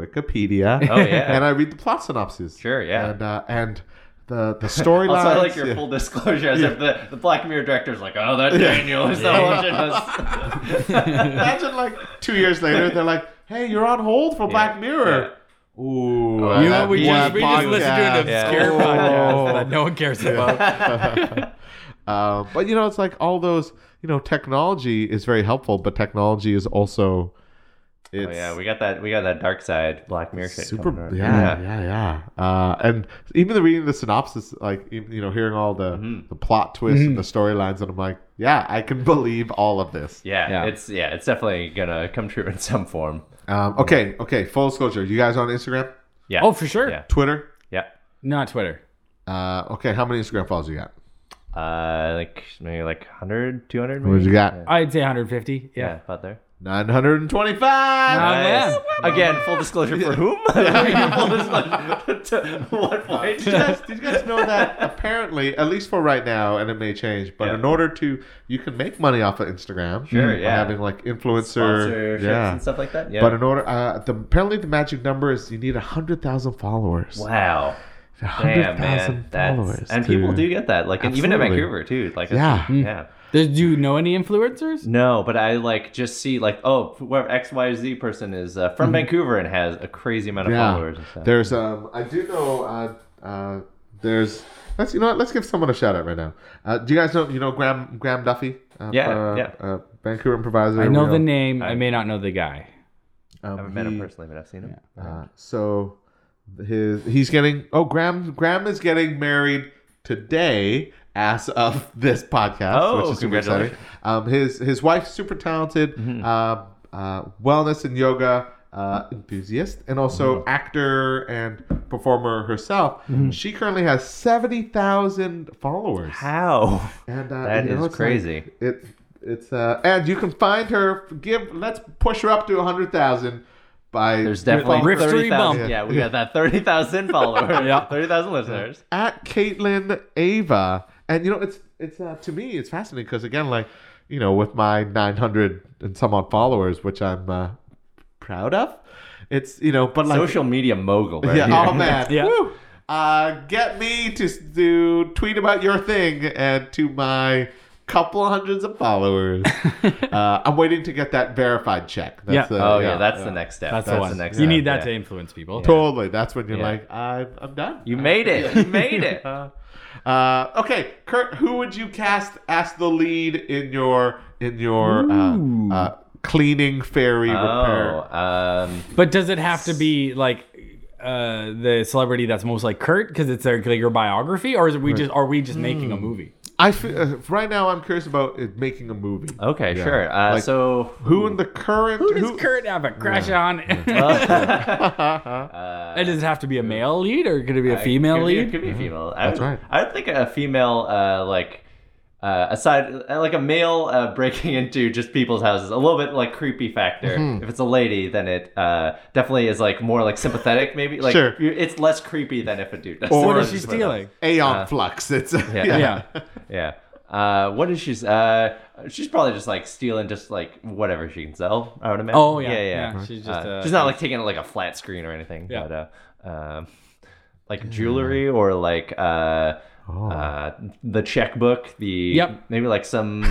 S3: Wikipedia.
S2: Oh, yeah.
S3: and I read the plot synopses.
S2: Sure, yeah.
S3: And uh, and the the
S2: Also,
S3: storyline.
S2: I like your full disclosure as if the, the Black Mirror director's like, oh, that Daniel is not watching this.
S3: Imagine like two years later, they're like, "Hey, you're on hold for Black Mirror." Ooh,
S2: You know, we
S3: that
S2: just- we just
S1: listened to an
S2: Yeah.
S1: obscure
S3: Oh.
S1: podcast that no one cares about.
S3: Um, but you know, it's like all those. You know, technology is very helpful, but technology is also. It's
S2: Oh yeah, we got that. We got that dark side Black Mirror shit.
S3: super.
S2: coming up.
S3: Yeah, yeah, yeah. Uh, and even the reading the synopsis, like e- you know, hearing all the the plot twists and the storylines, and I'm like, yeah, I can believe all of this.
S2: yeah,
S1: Yeah.
S2: It's yeah, it's definitely gonna come true in some form.
S3: Um, okay, okay. Full disclosure, you guys on Instagram,
S2: Yeah.
S1: Oh, for sure.
S2: Yeah.
S3: Twitter.
S2: yeah.
S1: Not Twitter.
S3: Uh, okay, how many Instagram followers you got?
S2: Uh, like maybe like 100, 200 maybe.
S3: What you got?
S1: I'd say 150. Yeah.
S2: Yeah, about there.
S3: Nine hundred and twenty-five.
S1: Oh,
S2: Nice.
S1: yeah.
S2: Again, full disclosure for whom? full disclosure. to what point?
S3: did, you guys, did you guys know that apparently, at least for right now, and it may change, but
S2: Yeah.
S3: in order to, you can make money off of Instagram.
S2: Sure,
S3: by
S2: yeah.
S3: Having like influencer.
S2: Sponsorships
S3: Yeah.
S2: and stuff like that. Yeah.
S3: But in order, uh, the, apparently the magic number is you need 100,000 followers.
S2: wow. Damn,
S3: 100,000
S2: man. That's,
S3: followers.
S2: and
S3: to-
S2: people do get that. Like, and even in
S3: Absolutely.
S2: Vancouver, too. Like,
S3: Yeah.
S2: that's- Yeah.
S1: Does- Do you know any influencers?
S2: No, but I like just see like oh where X Y Z person is uh, from Vancouver and has a crazy amount of
S3: Mm-hmm. Yeah.
S2: followers. And stuff.
S3: There's, um, I do know, uh, uh, there's, let's, you know what, let's give someone a shout out right now. Uh, do you guys know, you know, Graham, Graham Duffy? Uh,
S2: Yeah,
S3: uh,
S2: yeah.
S3: Uh, Vancouver improviser.
S1: I know
S3: We
S1: the name. I may not know the guy.
S3: um,
S2: I haven't met him
S3: he-
S2: personally, but I've seen him.
S3: Uh, so his he's getting oh Graham Graham is getting married today as of this podcast,
S2: Oh,
S3: which is super exciting.
S2: congratulations. Mm-hmm.
S3: Um, his his wife's super talented, uh, uh, wellness and yoga uh, enthusiast, and also
S2: Mm-hmm.
S3: actor and performer herself. She currently has seventy thousand followers.
S2: How?
S3: And uh,
S2: That
S3: you know,
S2: is
S3: it's
S2: crazy.
S3: like- it it's uh, and you can find her. Give let's push her up to hundred thousand by
S2: There's definitely
S1: Rift
S2: thirty
S1: Street bump.
S2: thousand. Yeah. we got that thirty thousand followers.
S1: Yeah.
S2: thirty thousand listeners.
S3: at Caitlin Ava, and you know it's it's uh, to me it's fascinating because again like you know with my 900 and some odd followers, which I'm uh, proud of, it's you know but like
S2: Social media mogul. Right
S3: yeah
S2: here.
S3: oh man
S1: Yeah.
S3: Woo! Uh, get me to s- to tweet about your thing and to my couple hundreds of followers. uh, I'm waiting to get that verified check. That's
S1: Yeah.
S3: the-
S2: Oh yeah, that's the next step.
S1: That's, the one.
S2: next.
S1: you
S2: step,
S1: need that
S2: yeah.
S1: to influence people.
S3: totally. That's when you're
S2: Yeah.
S3: like, I'm I'm done.
S2: You made it. You made it.
S3: Uh, okay, Kurt, who would you cast as the lead in your in your uh, uh, cleaning fairy repair?
S2: Oh, um,
S1: But does it have to be like uh, the celebrity that's most like Kurt because it's their like, your biography, or is it we just are we just
S2: Hmm.
S1: making a movie?
S3: I feel, uh, right now I'm curious about it making a movie.
S2: okay, sure. Uh,
S3: Like,
S2: so
S3: Who in the current?
S1: Who does Kurt have a crush on? and does it have to be a male lead or could it be a female
S2: uh, could be-
S1: lead?
S2: could be a female. I
S3: Mm-hmm. That's
S2: would,
S3: right.
S2: I would think a female, uh, like uh, aside, uh, like a male uh, breaking into just people's houses, a little bit like creepy factor.
S3: Mm-hmm.
S2: If it's a lady, then it uh, definitely is like more like sympathetic, maybe. Like
S3: Sure.
S2: you- it's less creepy than if a dude does.
S3: Or
S1: what
S2: it.
S1: is she stealing?
S3: Aeon
S2: Uh,
S3: Flux. It's yeah.
S1: Yeah.
S2: Yeah. Uh, what is she's? Uh, she's probably just like stealing, just like whatever she can sell. I would imagine.
S1: Oh yeah.
S2: yeah, yeah.
S1: She's just
S2: Uh,
S1: uh,
S2: she's not like taking like a flat screen or anything,
S1: Yeah.
S2: but uh, um,
S3: Mm.
S2: like jewelry or like uh, uh, the checkbook, the
S1: Yep.
S2: maybe like some.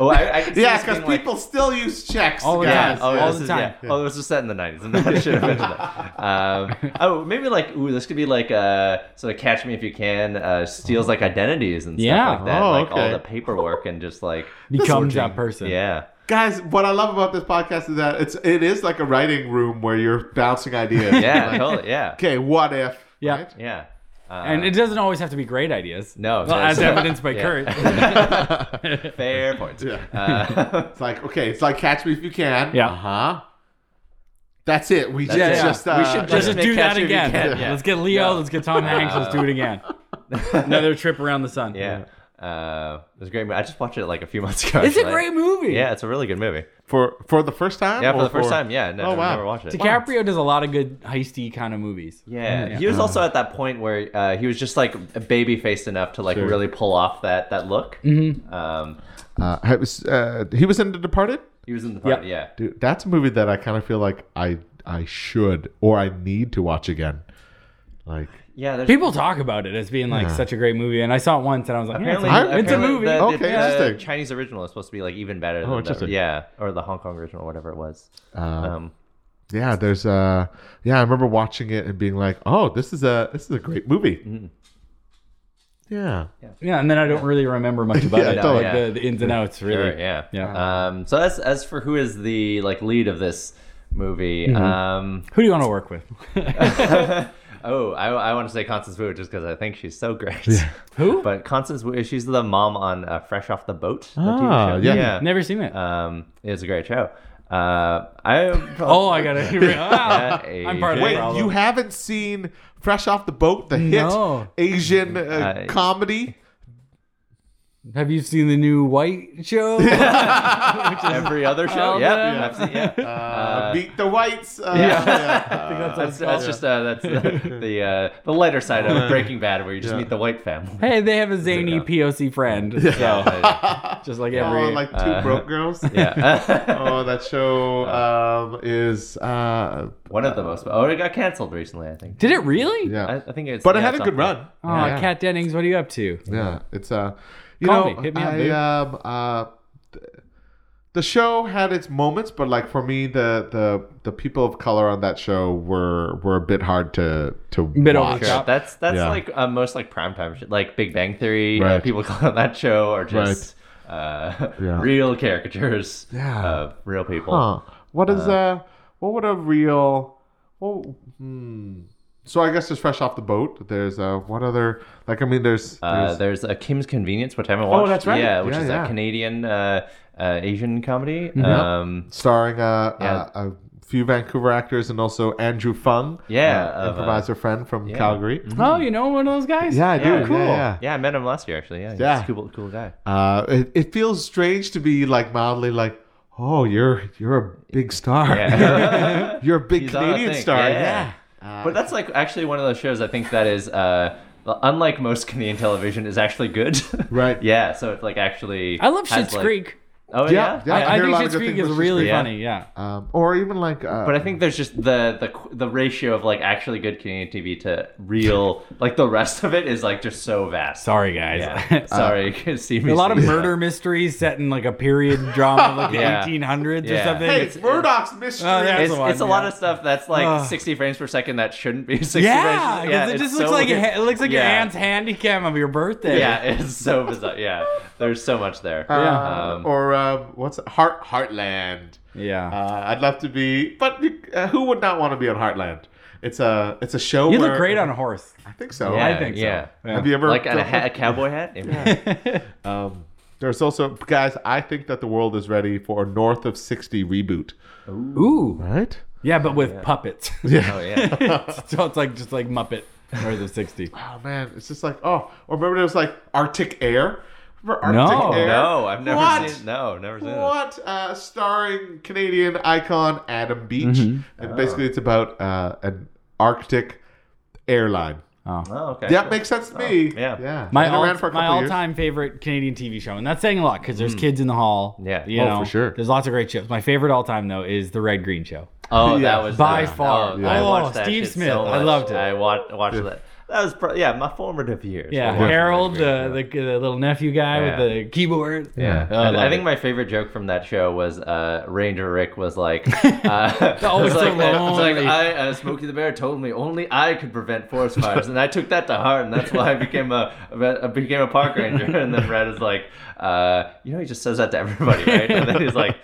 S2: oh, I, I could see
S3: Yeah,
S2: this being,
S3: because
S2: like-
S3: people still use checks.
S1: Oh,
S2: yeah,
S1: Yes,
S2: oh,
S1: all
S2: this
S1: the
S2: is,
S1: time.
S2: Yeah. Oh, this was set in the nineties. I should have mentioned that. Um, oh, maybe like ooh, this could be like uh, sort of Catch Me If You Can uh, steals like identities and stuff
S1: Yeah.
S2: like that,
S3: Oh,
S2: like all
S3: okay.
S2: the paperwork and just like
S1: becomes
S3: This-
S1: that person.
S2: yeah.
S3: Guys, what I love about this podcast is that it's it is like a writing room where you're bouncing ideas.
S2: Yeah,
S3: Like,
S2: totally. Yeah,
S3: okay, what if?
S1: Yeah.
S3: right?
S2: yeah. Uh,
S1: and it doesn't always have to be great ideas.
S2: No,
S1: well, as
S2: there's-
S1: evidenced by
S2: yeah.
S1: Kurt.
S2: fair point.
S3: Yeah.
S2: Uh,
S3: It's like okay, it's like Catch Me If You Can.
S1: Yeah.
S3: Uh huh. That's it. We
S2: That's
S3: just,
S2: it.
S3: just uh,
S2: We should
S1: Let's just
S2: Make
S1: do that
S2: catch if you
S1: again.
S2: can, yeah.
S1: Let's get Leo.
S2: Yeah.
S1: Let's get Tom Hanks. Let's do it again. Another trip around the sun.
S2: yeah. Uh, it was a great movie. I just watched it like a few months ago.
S1: It's a
S2: actually.
S1: great movie.
S2: Yeah, it's a really good movie.
S3: for for the first time.
S2: Yeah, for
S3: or
S2: the first time. Yeah, no,
S3: Oh,
S2: I've
S3: wow.
S2: never watched it.
S1: DiCaprio does a lot of good heisty kind of movies.
S2: Yeah. he
S3: Um,
S2: was also at that point where uh, he was just like baby faced enough to like
S3: Sure.
S2: really pull off that that look. Mm-hmm. Um,
S3: Uh, it was, uh, he was in The Departed.
S2: he was in the part, yeah.
S3: Dude, that's a movie that I kind of feel like I I should or I need to watch again. Like
S2: Yeah, there's
S1: People talk about it as being like such a great movie, and I saw it once, and I was like,
S2: apparently,
S1: yeah,
S3: I-
S1: it's, a, it's a
S2: apparently
S1: movie.
S2: The,
S3: Okay,
S2: the, uh,
S3: interesting.
S2: Chinese original is supposed to be like even better.
S3: Oh,
S2: than the,
S3: interesting.
S2: yeah, or the Hong Kong original, whatever it was. um,
S3: yeah, there's uh yeah, I remember watching it and being like, "Oh, this is a this is a great movie."
S2: Mm-hmm.
S3: Yeah.
S1: yeah, and then I don't really remember much about
S3: Yeah,
S1: it,
S3: no,
S1: like
S2: yeah.
S1: the, the ins and outs, really.
S2: Sure, yeah.
S1: Yeah.
S2: Um, so as as for who is the like lead of this movie, um,
S1: Who do you want to work with?
S2: oh, I, I want to say Constance Wu just because I think she's so great.
S1: Who?
S2: But Constance Wu, she's the mom on uh, Fresh Off the Boat. the TV
S3: Ah,
S2: show.
S3: yeah.
S1: Never seen it.
S2: Um, it's a great show. Uh, I
S1: oh, I got it. Ah,
S2: Yeah,
S1: I'm part of the
S3: Wait,
S1: problem.
S3: you haven't seen Fresh Off the Boat, the
S1: No.
S3: hit Asian uh,
S2: Uh,
S3: comedy?
S1: Have you seen the new White show?
S2: every other show.
S1: Oh,
S2: yeah,
S1: man.
S2: I've seen- yeah.
S3: Uh, Beat the Whites. Uh,
S2: Yeah.
S3: yeah.
S2: That's, that's just uh, that's the the, uh, the lighter side of Breaking Bad, where you just meet the white family.
S1: hey, they have a zany
S2: Yeah.
S1: POC friend. So
S2: Yeah,
S1: just like
S3: Oh,
S1: every
S3: like two
S2: uh,
S3: broke girls.
S2: yeah. Uh,
S3: Oh, that show um, is uh,
S2: one of the most. Oh, it got canceled recently, I think.
S1: Did it really?
S3: yeah,
S2: I, I think it's.
S3: but
S2: yeah,
S3: it had a
S2: it's
S3: good
S2: up there.
S3: run.
S1: Oh,
S3: yeah.
S1: Kat Dennings, what are you up to?
S3: Yeah, it's uh, you
S1: Call
S3: know,
S1: me. Hit me up,
S3: I,
S1: dude.
S3: um, uh, th- the show had its moments, but like for me, the the the people of color on that show were were a bit hard to to
S1: Bit over
S3: watch.
S1: the top.
S2: That's that's
S3: Yeah.
S2: like uh, most like primetime shit, like Big Bang Theory. uh,
S3: Right.
S2: people call it that show are just uh,
S3: Yeah.
S2: real caricatures
S3: Yeah.
S2: of real people.
S3: Huh. What is uh, what would a real well hmm. so I guess there's fresh off the boat. There's uh what other like I mean there's,
S2: Uh,
S3: there's Oh,
S2: there's a Kim's Convenience, which I haven't watched.
S3: that's right.
S2: Yeah, which
S3: Yeah,
S2: is
S3: yeah. Mm-hmm.
S2: a Canadian uh, uh, Asian comedy. Um,
S3: starring uh,
S2: Yeah.
S3: uh, a few Vancouver actors and also Andrew Fung,
S2: Yeah,
S3: uh,
S2: of, uh,
S3: improviser friend from
S2: yeah. Mm-hmm.
S3: Calgary.
S1: Oh, you know one of those guys?
S3: Yeah, I do.
S2: Yeah,
S3: Yeah,
S2: cool.
S3: yeah.
S2: Yeah, I met him last year actually. Yeah, he's
S3: Yeah.
S2: a cool, cool guy.
S3: Uh, it, it feels strange to be like mildly like, oh, you're you're a big star.
S2: Yeah.
S3: you're a big
S2: He's on a
S3: Canadian
S2: thing.
S3: star.
S2: Yeah.
S3: Yeah.
S2: but that's like actually one of those shows I think that is, uh, unlike most Canadian television, is actually good.
S3: Right.
S2: yeah, so it's like actually.
S1: I love
S2: has,
S1: Schitt's
S2: like-
S1: Creek.
S2: Oh,
S3: Yeah,
S2: yeah.
S3: yeah. I
S1: I, I
S3: hear a
S1: think
S3: lot of
S1: Schitt's
S3: good
S1: Creek
S3: things
S1: is
S3: about
S1: really
S2: Schitt's
S1: funny,
S2: Creek.
S1: yeah.
S3: Um, or even like, uh,
S2: But I think there's just the, the the ratio of like actually good Canadian TV to real like the rest of it is like just so vast.
S1: Sorry, guys.
S2: Yeah. Sorry, CBC.
S1: a lot of murder mysteries set in like a period drama of like the
S2: Yeah.
S1: 1800s or
S2: Yeah.
S1: something.
S3: hey,
S1: It's-
S3: Murdoch's mystery.
S1: Oh, yeah.
S2: It's,
S1: That's the
S2: it's a
S1: one,
S2: lot
S1: yeah.
S2: of stuff that's like
S1: Ugh.
S2: 60 frames per second that shouldn't be 60
S1: yeah,
S2: frames.
S1: 'cause it
S2: it's
S1: just
S2: so
S1: looks like
S2: weird.
S1: it looks like your
S2: Yeah.
S1: aunt's handycam of your birthday.
S2: Yeah, it's so bizarre. Yeah, there's so much there.
S3: Uh,
S1: yeah.
S2: Um,
S3: or um, what's it? Heart Heartland?
S1: yeah.
S3: Uh, I'd love to be, but uh, who would not want to be on Heartland? It's a it's a show.
S1: you look
S3: where-
S1: great on a horse.
S3: I think so.
S2: Yeah.
S1: I think so.
S2: yeah.
S3: Have you ever
S2: like and a, hat, a cowboy hat. Yeah.
S3: Um, there's also guys. I think that the world is ready for a North of sixty reboot.
S1: Ooh.
S3: Right?
S1: Yeah, but with puppets.
S3: Yeah.
S2: Oh yeah.
S1: so it's like just like Muppet or the 60.
S3: Oh man, it's just like oh, or remember there was like Arctic Air. Remember
S1: No.
S3: Arctic Air?
S2: No, I've never
S3: What?
S2: seen. No, never seen. it.
S3: What? Uh, starring Canadian icon Adam Beach,
S1: Mm-hmm.
S3: and basically it's about uh, an Arctic airline.
S1: Oh.
S2: Oh, okay.
S3: That makes sense to me.
S2: Oh, yeah.
S3: yeah.
S1: My
S3: And it
S1: all,
S3: ran for a
S1: my
S3: couple years.
S1: all-time favorite Canadian TV show, and that's saying a lot because there's kids in the hall.
S2: Hmm. Yeah.
S1: you
S3: Oh,
S1: know,
S3: for sure.
S1: There's lots of great shows. My favorite all-time though is the Red Green Show.
S2: Oh,
S3: Yeah.
S2: that was
S1: By
S2: yeah.
S1: far.
S2: Oh,
S1: Yeah.
S2: I
S1: Oh,
S2: watched that
S1: Steve
S2: shit
S1: Smith.
S2: So
S1: I
S2: much.
S1: loved it.
S2: I watched, watched that. That was pro- yeah my formative years. I
S1: Yeah,
S2: watched that
S1: Harold,
S2: shit.
S1: uh, the, the little nephew guy
S2: Yeah.
S1: with the keyboard.
S2: Yeah,
S1: Oh, I
S2: I,
S1: love
S2: I think
S1: it.
S2: my favorite joke from that show was uh, Ranger Rick was like, uh,
S1: Oh,
S2: was
S1: it's so
S2: like, uh, it's like
S1: lonely.
S2: I, uh, Smokey the Bear told me only I could prevent forest fires, and I took that to heart, and that's why I became a I became a park ranger. And then Red is like, uh, you know, he just says that to everybody, right? And then he's like.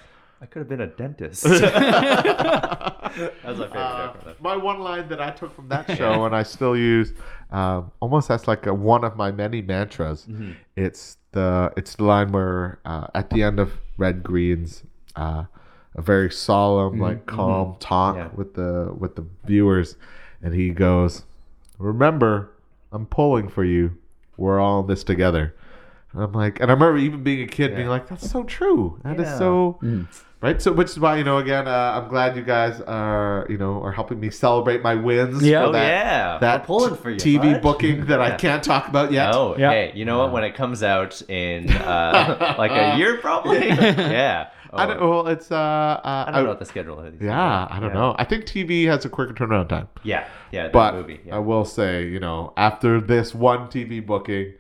S2: I could have been a dentist. That's my favorite
S3: Uh,
S2: joke from that.
S3: my one line that I took from that show and I still use, um, almost that's like a, one of my many mantras.
S2: Mm-hmm.
S3: It's the it's the line where uh, at the end of Red Green's uh, a very solemn, like calm talk
S2: Mm-hmm. Yeah.
S3: with the with the viewers, and he goes, "Remember, I'm pulling for you. We're all in this together." And I'm like, and I remember even being a kid being like, "That's so true. That is
S2: Yeah.
S3: so."
S1: Mm.
S3: Right, so which is why you know again, uh, I'm glad you guys are you know are helping me celebrate my wins.
S1: Yeah.
S3: for
S1: Oh,
S2: Oh
S3: that,
S2: yeah,
S3: that
S2: We're pulling for you.
S3: TV
S2: bud.
S3: booking that I
S2: Yeah.
S3: can't talk about yet.
S2: Oh,
S1: Yeah.
S2: hey, you know what? When it comes out in uh, like a year, probably. yeah. Oh,
S3: I don't. Well, it's uh, uh
S2: I don't know what the schedule is.
S3: yeah, I don't know. I think TV has a quicker turnaround time,
S2: Yeah, yeah. that
S3: but
S2: movie. Yeah.
S3: I will say you know after this one TV booking,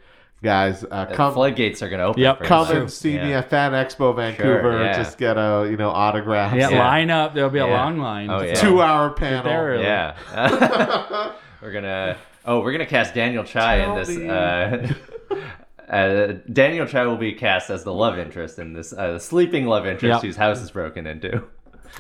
S3: guys, uh,
S2: The
S3: come
S2: floodgates are gonna open.
S1: Yep.
S2: for
S3: come
S2: everybody.
S3: and see
S2: Yeah.
S3: me at Fan Expo Vancouver.
S2: yeah.
S3: Just get a you know autograph.
S1: Yeah,
S2: Yeah.
S1: line up. There'll be a
S2: Yeah.
S1: long line.
S2: Oh, yeah.
S3: Two hour panel.
S1: there early.
S2: Yeah. we're gonna. Oh, we're gonna cast Daniel Chai in this. Uh, uh, Daniel Chai will be cast as the love interest in this uh, sleeping love interest
S1: Yep.
S2: whose house is broken into.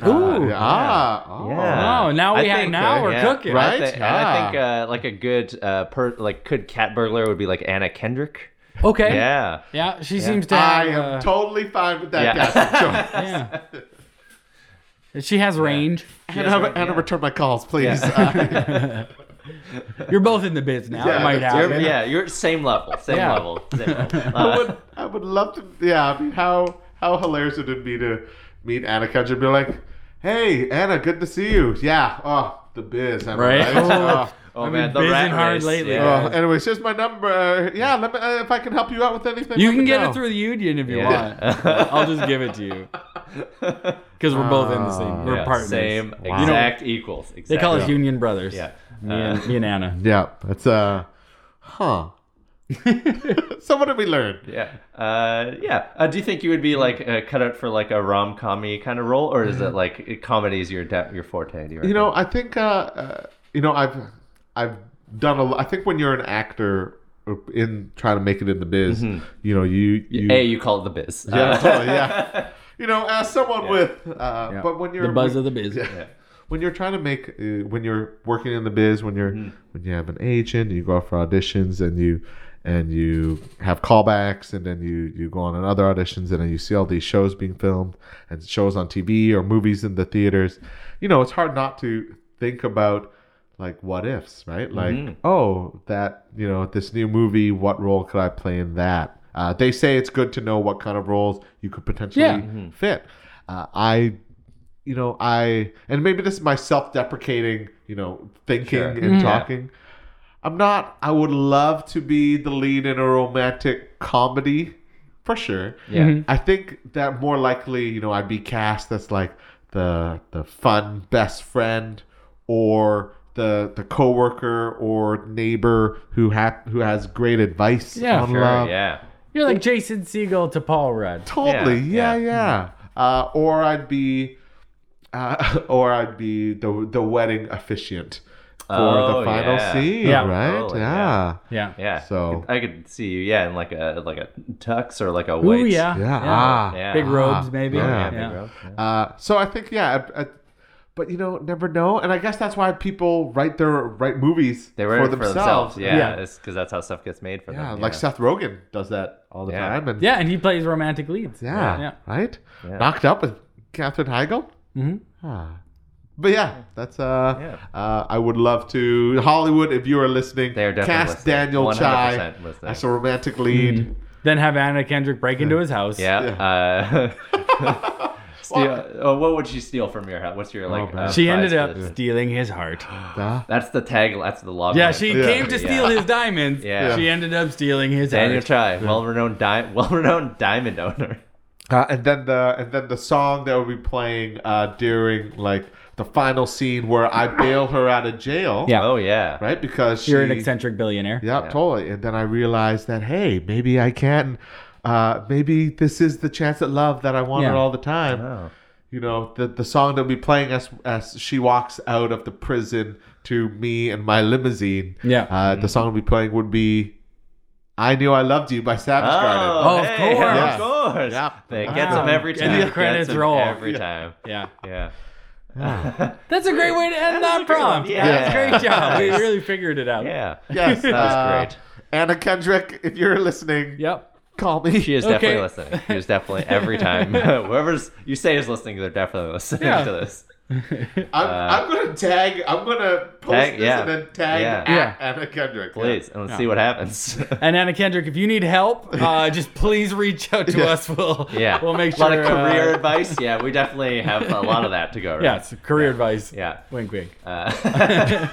S1: Ooh.
S3: Uh, Yeah. Ah, oh.
S2: Yeah.
S1: Oh, now
S2: I
S1: we have
S2: think,
S1: now
S3: uh,
S1: we're
S2: Yeah,
S1: cooking.
S3: Right?
S2: I thi- and I think uh, like a good uh, per like good cat burglar would be like Anna Kendrick.
S1: Okay. Yeah.
S2: Yeah.
S1: she seems to
S3: I
S1: have,
S3: am
S1: uh,
S3: totally fine with that
S2: Yeah.
S3: casting choice.
S1: yeah. She has range.
S3: And Anna, Anna, return my calls, please. Uh,
S1: You're both in the biz now.
S3: Yeah,
S1: it might
S3: that's-
S1: happen.
S2: You're, yeah, you're same level, same
S1: Yeah.
S2: level, same level.
S3: I
S2: Uh,
S3: would, I would love to. Yeah, I mean, how how hilarious would it be to meet Anna Kendrick and be like, "Hey, Anna, good to see you." Yeah. Oh, the biz. am I
S1: Right?
S3: right?
S1: Oh,
S3: Oh.
S2: oh
S1: I've
S2: man,
S1: been
S2: the
S1: busy
S2: rat
S1: hard
S2: race,
S1: lately.
S2: Yeah.
S3: Oh, anyways, here's my number. Yeah, let me, uh, if I can help you out with anything.
S1: You
S3: let
S1: can
S3: me
S1: get
S3: know.
S1: it through the union if you
S2: Yeah.
S1: want. I'll just give it to you because we're both in the same. We're
S2: Ah, Yeah,
S1: Oh, partners.
S2: Same
S1: You know,
S2: exact equals. Exactly.
S1: they call us union brothers.
S2: Yeah.
S1: Me and, me and Anna.
S3: Yeah, that's uh, huh. so what did we learn?
S2: Yeah. Uh, yeah. Uh, do you think you would be like uh, cut out for like a rom commy kind of role, or is it like comedies your de- your forte? Do you,
S3: You know, I think uh, uh, you know I've I've done a. lo- I think when you're an actor in trying to make it in the biz,
S1: Mm-hmm.
S3: you know you you
S2: a you call it the biz.
S3: yeah,
S2: Uh,
S3: totally, yeah. You know, as someone with, uh, but when you're
S1: The buzz of the biz.
S3: yeah. when you're trying to make uh, when you're working in the biz when you're when you have an agent you go out for auditions and you and you have callbacks and then you you go on another auditions and then you see all these shows being filmed and shows on TV or movies in the theaters you know it's hard not to think about like what ifs right like oh that you know this new movie what role could I play in that uh, they say it's good to know what kind of roles you could potentially
S1: Yeah.
S3: fit uh, I you know, I and maybe this is my self-deprecating, you know, thinking
S2: Sure.
S3: and talking. I'm not. I would love to be the lead in a romantic comedy, for sure.
S2: Yeah.
S1: Mm-hmm.
S2: Mhm.
S3: I think that more likely, you know, I'd be cast as like the the fun best friend or the the coworker or neighbor who ha- who has great advice
S1: Yeah,
S3: on
S2: Sure,
S3: love.
S2: yeah.
S1: You're like Jason Siegel to Paul Rudd.
S3: Totally.
S2: Yeah,
S3: Yeah, yeah. Uh, or I'd be, uh, or I'd be the the wedding officiant for
S2: Oh,
S3: the final
S2: yeah.
S3: scene.
S1: Yeah.
S3: Right.
S2: Totally,
S3: yeah.
S1: Yeah.
S2: Yeah.
S3: So-
S2: I could see you, yeah, in like a like a tux or like a
S1: Ooh
S2: white.
S1: yeah.
S3: Yeah. Ah.
S2: Yeah.
S1: Big robes maybe.
S3: Yeah.
S2: Big robe, yeah.
S3: Uh, so I think yeah, I, I, but you know, never know. And I guess that's why people write their write movies
S2: They were
S3: for themselves.
S2: Yeah,
S1: Yeah.
S2: because that's how stuff gets made for
S3: Yeah,
S2: them.
S3: like Seth Rogen does that all the
S2: Yeah.
S3: time. And
S1: Yeah, and he plays romantic leads.
S3: Yeah.
S1: Yeah.
S3: Right?
S2: Yeah.
S3: Knocked up with Katherine Heigl?
S1: Mhm.
S3: Ah. But yeah, that's uh,
S2: Yeah.
S3: uh I would love to Hollywood if you are listening,
S2: They are definitely
S3: cast
S2: listening.
S3: Daniel
S2: 100%
S3: Chai
S2: listening.
S3: as a romantic lead.
S1: Then have Anna Kendrick break into his house.
S2: Yeah. Uh, steal, oh, what would she steal from your house? What's your like?
S3: Oh, man.
S2: uh,
S1: She
S2: prize
S1: ended
S2: for
S1: up
S2: this?
S1: stealing his heart.
S3: Duh.
S2: That's the tag. That's the log.
S1: Yeah,
S2: line
S1: she
S2: for the
S1: came
S2: movie,
S1: to
S2: yeah.
S1: steal his diamonds.
S2: Yeah.
S1: She ended up stealing his
S2: Daniel
S1: heart.
S2: Chai, well-renowned, di- well-renowned diamond owner.
S3: Uh, and then the and then the song that will be playing uh during like the final scene where I bail her out of jail.
S1: Yeah.
S2: Oh yeah.
S3: Right? Because
S1: You're an
S3: she,
S1: eccentric billionaire.
S3: Yeah, totally. And then I realized that hey, maybe I can. Uh, maybe this is the chance at love that I wanted
S1: Yeah.
S3: all the time.
S2: Oh.
S3: You know, the the song that we playing as as she walks out of the prison to me and my limousine.
S1: Yeah.
S2: Mm-hmm.
S3: Uh, the song we playing would be I Knew I Loved You by Savage Garden.
S1: Oh, of
S2: hey,
S1: course.
S3: Yeah.
S2: of course.
S3: Yeah.
S2: They gets
S1: Wow.
S2: them every
S1: And
S2: time.
S1: the
S2: Gets
S1: credits
S2: them
S1: roll.
S2: every time.
S1: Yeah.
S2: Yeah.
S1: That's a great way to end
S2: That
S1: that,
S2: was a good one.
S1: prompt.
S2: Yeah.
S1: That's great job. We
S2: Nice.
S1: really figured it out.
S2: Yeah.
S3: Yes, uh,
S2: That was great.
S3: Anna Kendrick, if you're listening,
S1: Yep.
S3: call me.
S2: She is
S1: Okay.
S2: definitely listening. She is definitely every time. Whoever's you say is listening, they're definitely listening
S1: Yeah.
S2: to this.
S3: I'm, I'm gonna tag. I'm gonna post
S2: Uh, Tag-
S3: this
S2: yeah.
S3: and then tag
S2: Yeah.
S3: at
S1: Yeah.
S3: Anna Kendrick.
S2: Please, and let's see what happens.
S1: And Anna Kendrick, if you need help, uh, just please reach out to
S3: Yeah.
S1: us. We'll
S2: Yeah.
S1: we'll make
S2: a
S1: sure
S2: lot of career
S1: uh,
S2: advice. Yeah, we definitely have a lot of that to go around.
S1: yeah, it's career advice.
S2: Yeah.
S1: Wink, wink.
S2: Uh,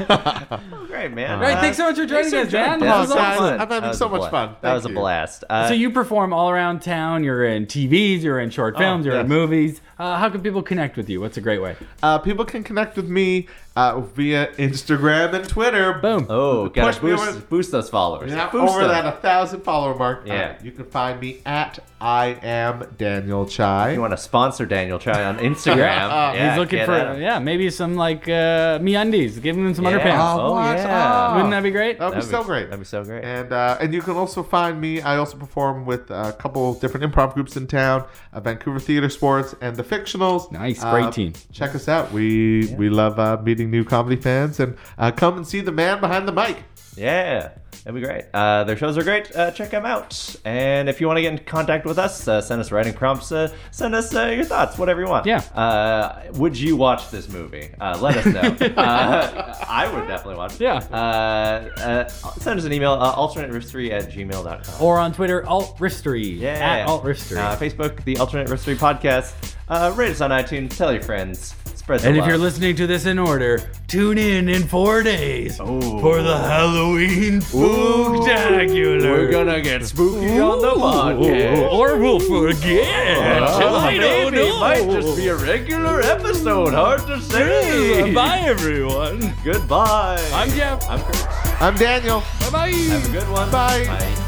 S2: oh, great, man.
S1: All right,
S2: Uh,
S1: thanks so much for joining
S2: thanks
S1: us, man.
S2: That
S1: This was
S2: was so
S3: awesome.
S2: fun.
S3: I'm having
S2: That was
S3: so
S2: a
S3: much
S2: blast.
S3: fun.
S2: That was a
S3: Thank you.
S2: blast. Uh,
S1: so you perform all around town. You're in TVs. You're in short films. You're in
S3: yes.
S1: movies. Uh, how can people connect with you? What's a great way?
S3: Uh, people can connect with me uh, via Instagram and Twitter.
S1: Boom.
S2: oh, gotta
S3: Push me over-
S2: boost, boost those followers.
S3: Yeah,
S2: Boost
S3: over
S2: them.
S3: that a thousand follower mark.
S2: Yeah.
S3: Uh, you can find me at I am Daniel Chai.
S2: You want to sponsor Daniel Try on Instagram?
S3: Yeah,
S1: He's looking
S2: get
S1: for
S2: at him.
S1: yeah, maybe some like uh, me undies. Give him some
S2: Yeah.
S1: underpants.
S3: Oh,
S2: Oh,
S3: what?
S2: yeah.
S3: Oh.
S1: Wouldn't that be great?
S3: That'd be so great.
S2: That'd be so great.
S3: And uh, and you can also find me. I also perform with a couple different improv groups in town: uh, Vancouver Theater Sports and the Fictionals.
S1: Nice,
S3: Uh,
S1: great team.
S3: Check us out. We we love uh, meeting new comedy fans and uh, come and see the man behind the mic.
S2: Yeah, that'd be great. Uh, their shows are great. Uh, check them out. And if you want to get in contact with us, uh, send us writing prompts. Uh, send us uh, your thoughts, whatever you want.
S1: Yeah.
S2: Uh, would you watch this movie? Uh, let us know. uh, I would definitely watch it.
S1: Yeah.
S2: Uh, uh, send us an email, uh, alternativerse3 at gmail.com.
S1: Or on Twitter, alt ristery
S2: Yeah.
S1: at alt ristery.
S2: Uh, Facebook, the Alternate Rift 3 podcast. Uh, rate us on iTunes. Tell your friends. Spread the
S1: and if
S2: love.
S1: you're listening to this in order, tune in in four days for the Halloween Spooktacular.
S2: We're gonna get spooky on the podcast.
S1: Or we'll forget. I don't
S2: Oh, maybe
S1: know.
S2: it might just be a regular episode. Hard to say.
S1: Bye, everyone.
S2: Goodbye.
S1: I'm Jeff.
S2: I'm Chris.
S3: I'm Daniel.
S1: Bye bye.
S2: Have a good one.
S3: Bye.
S2: Bye.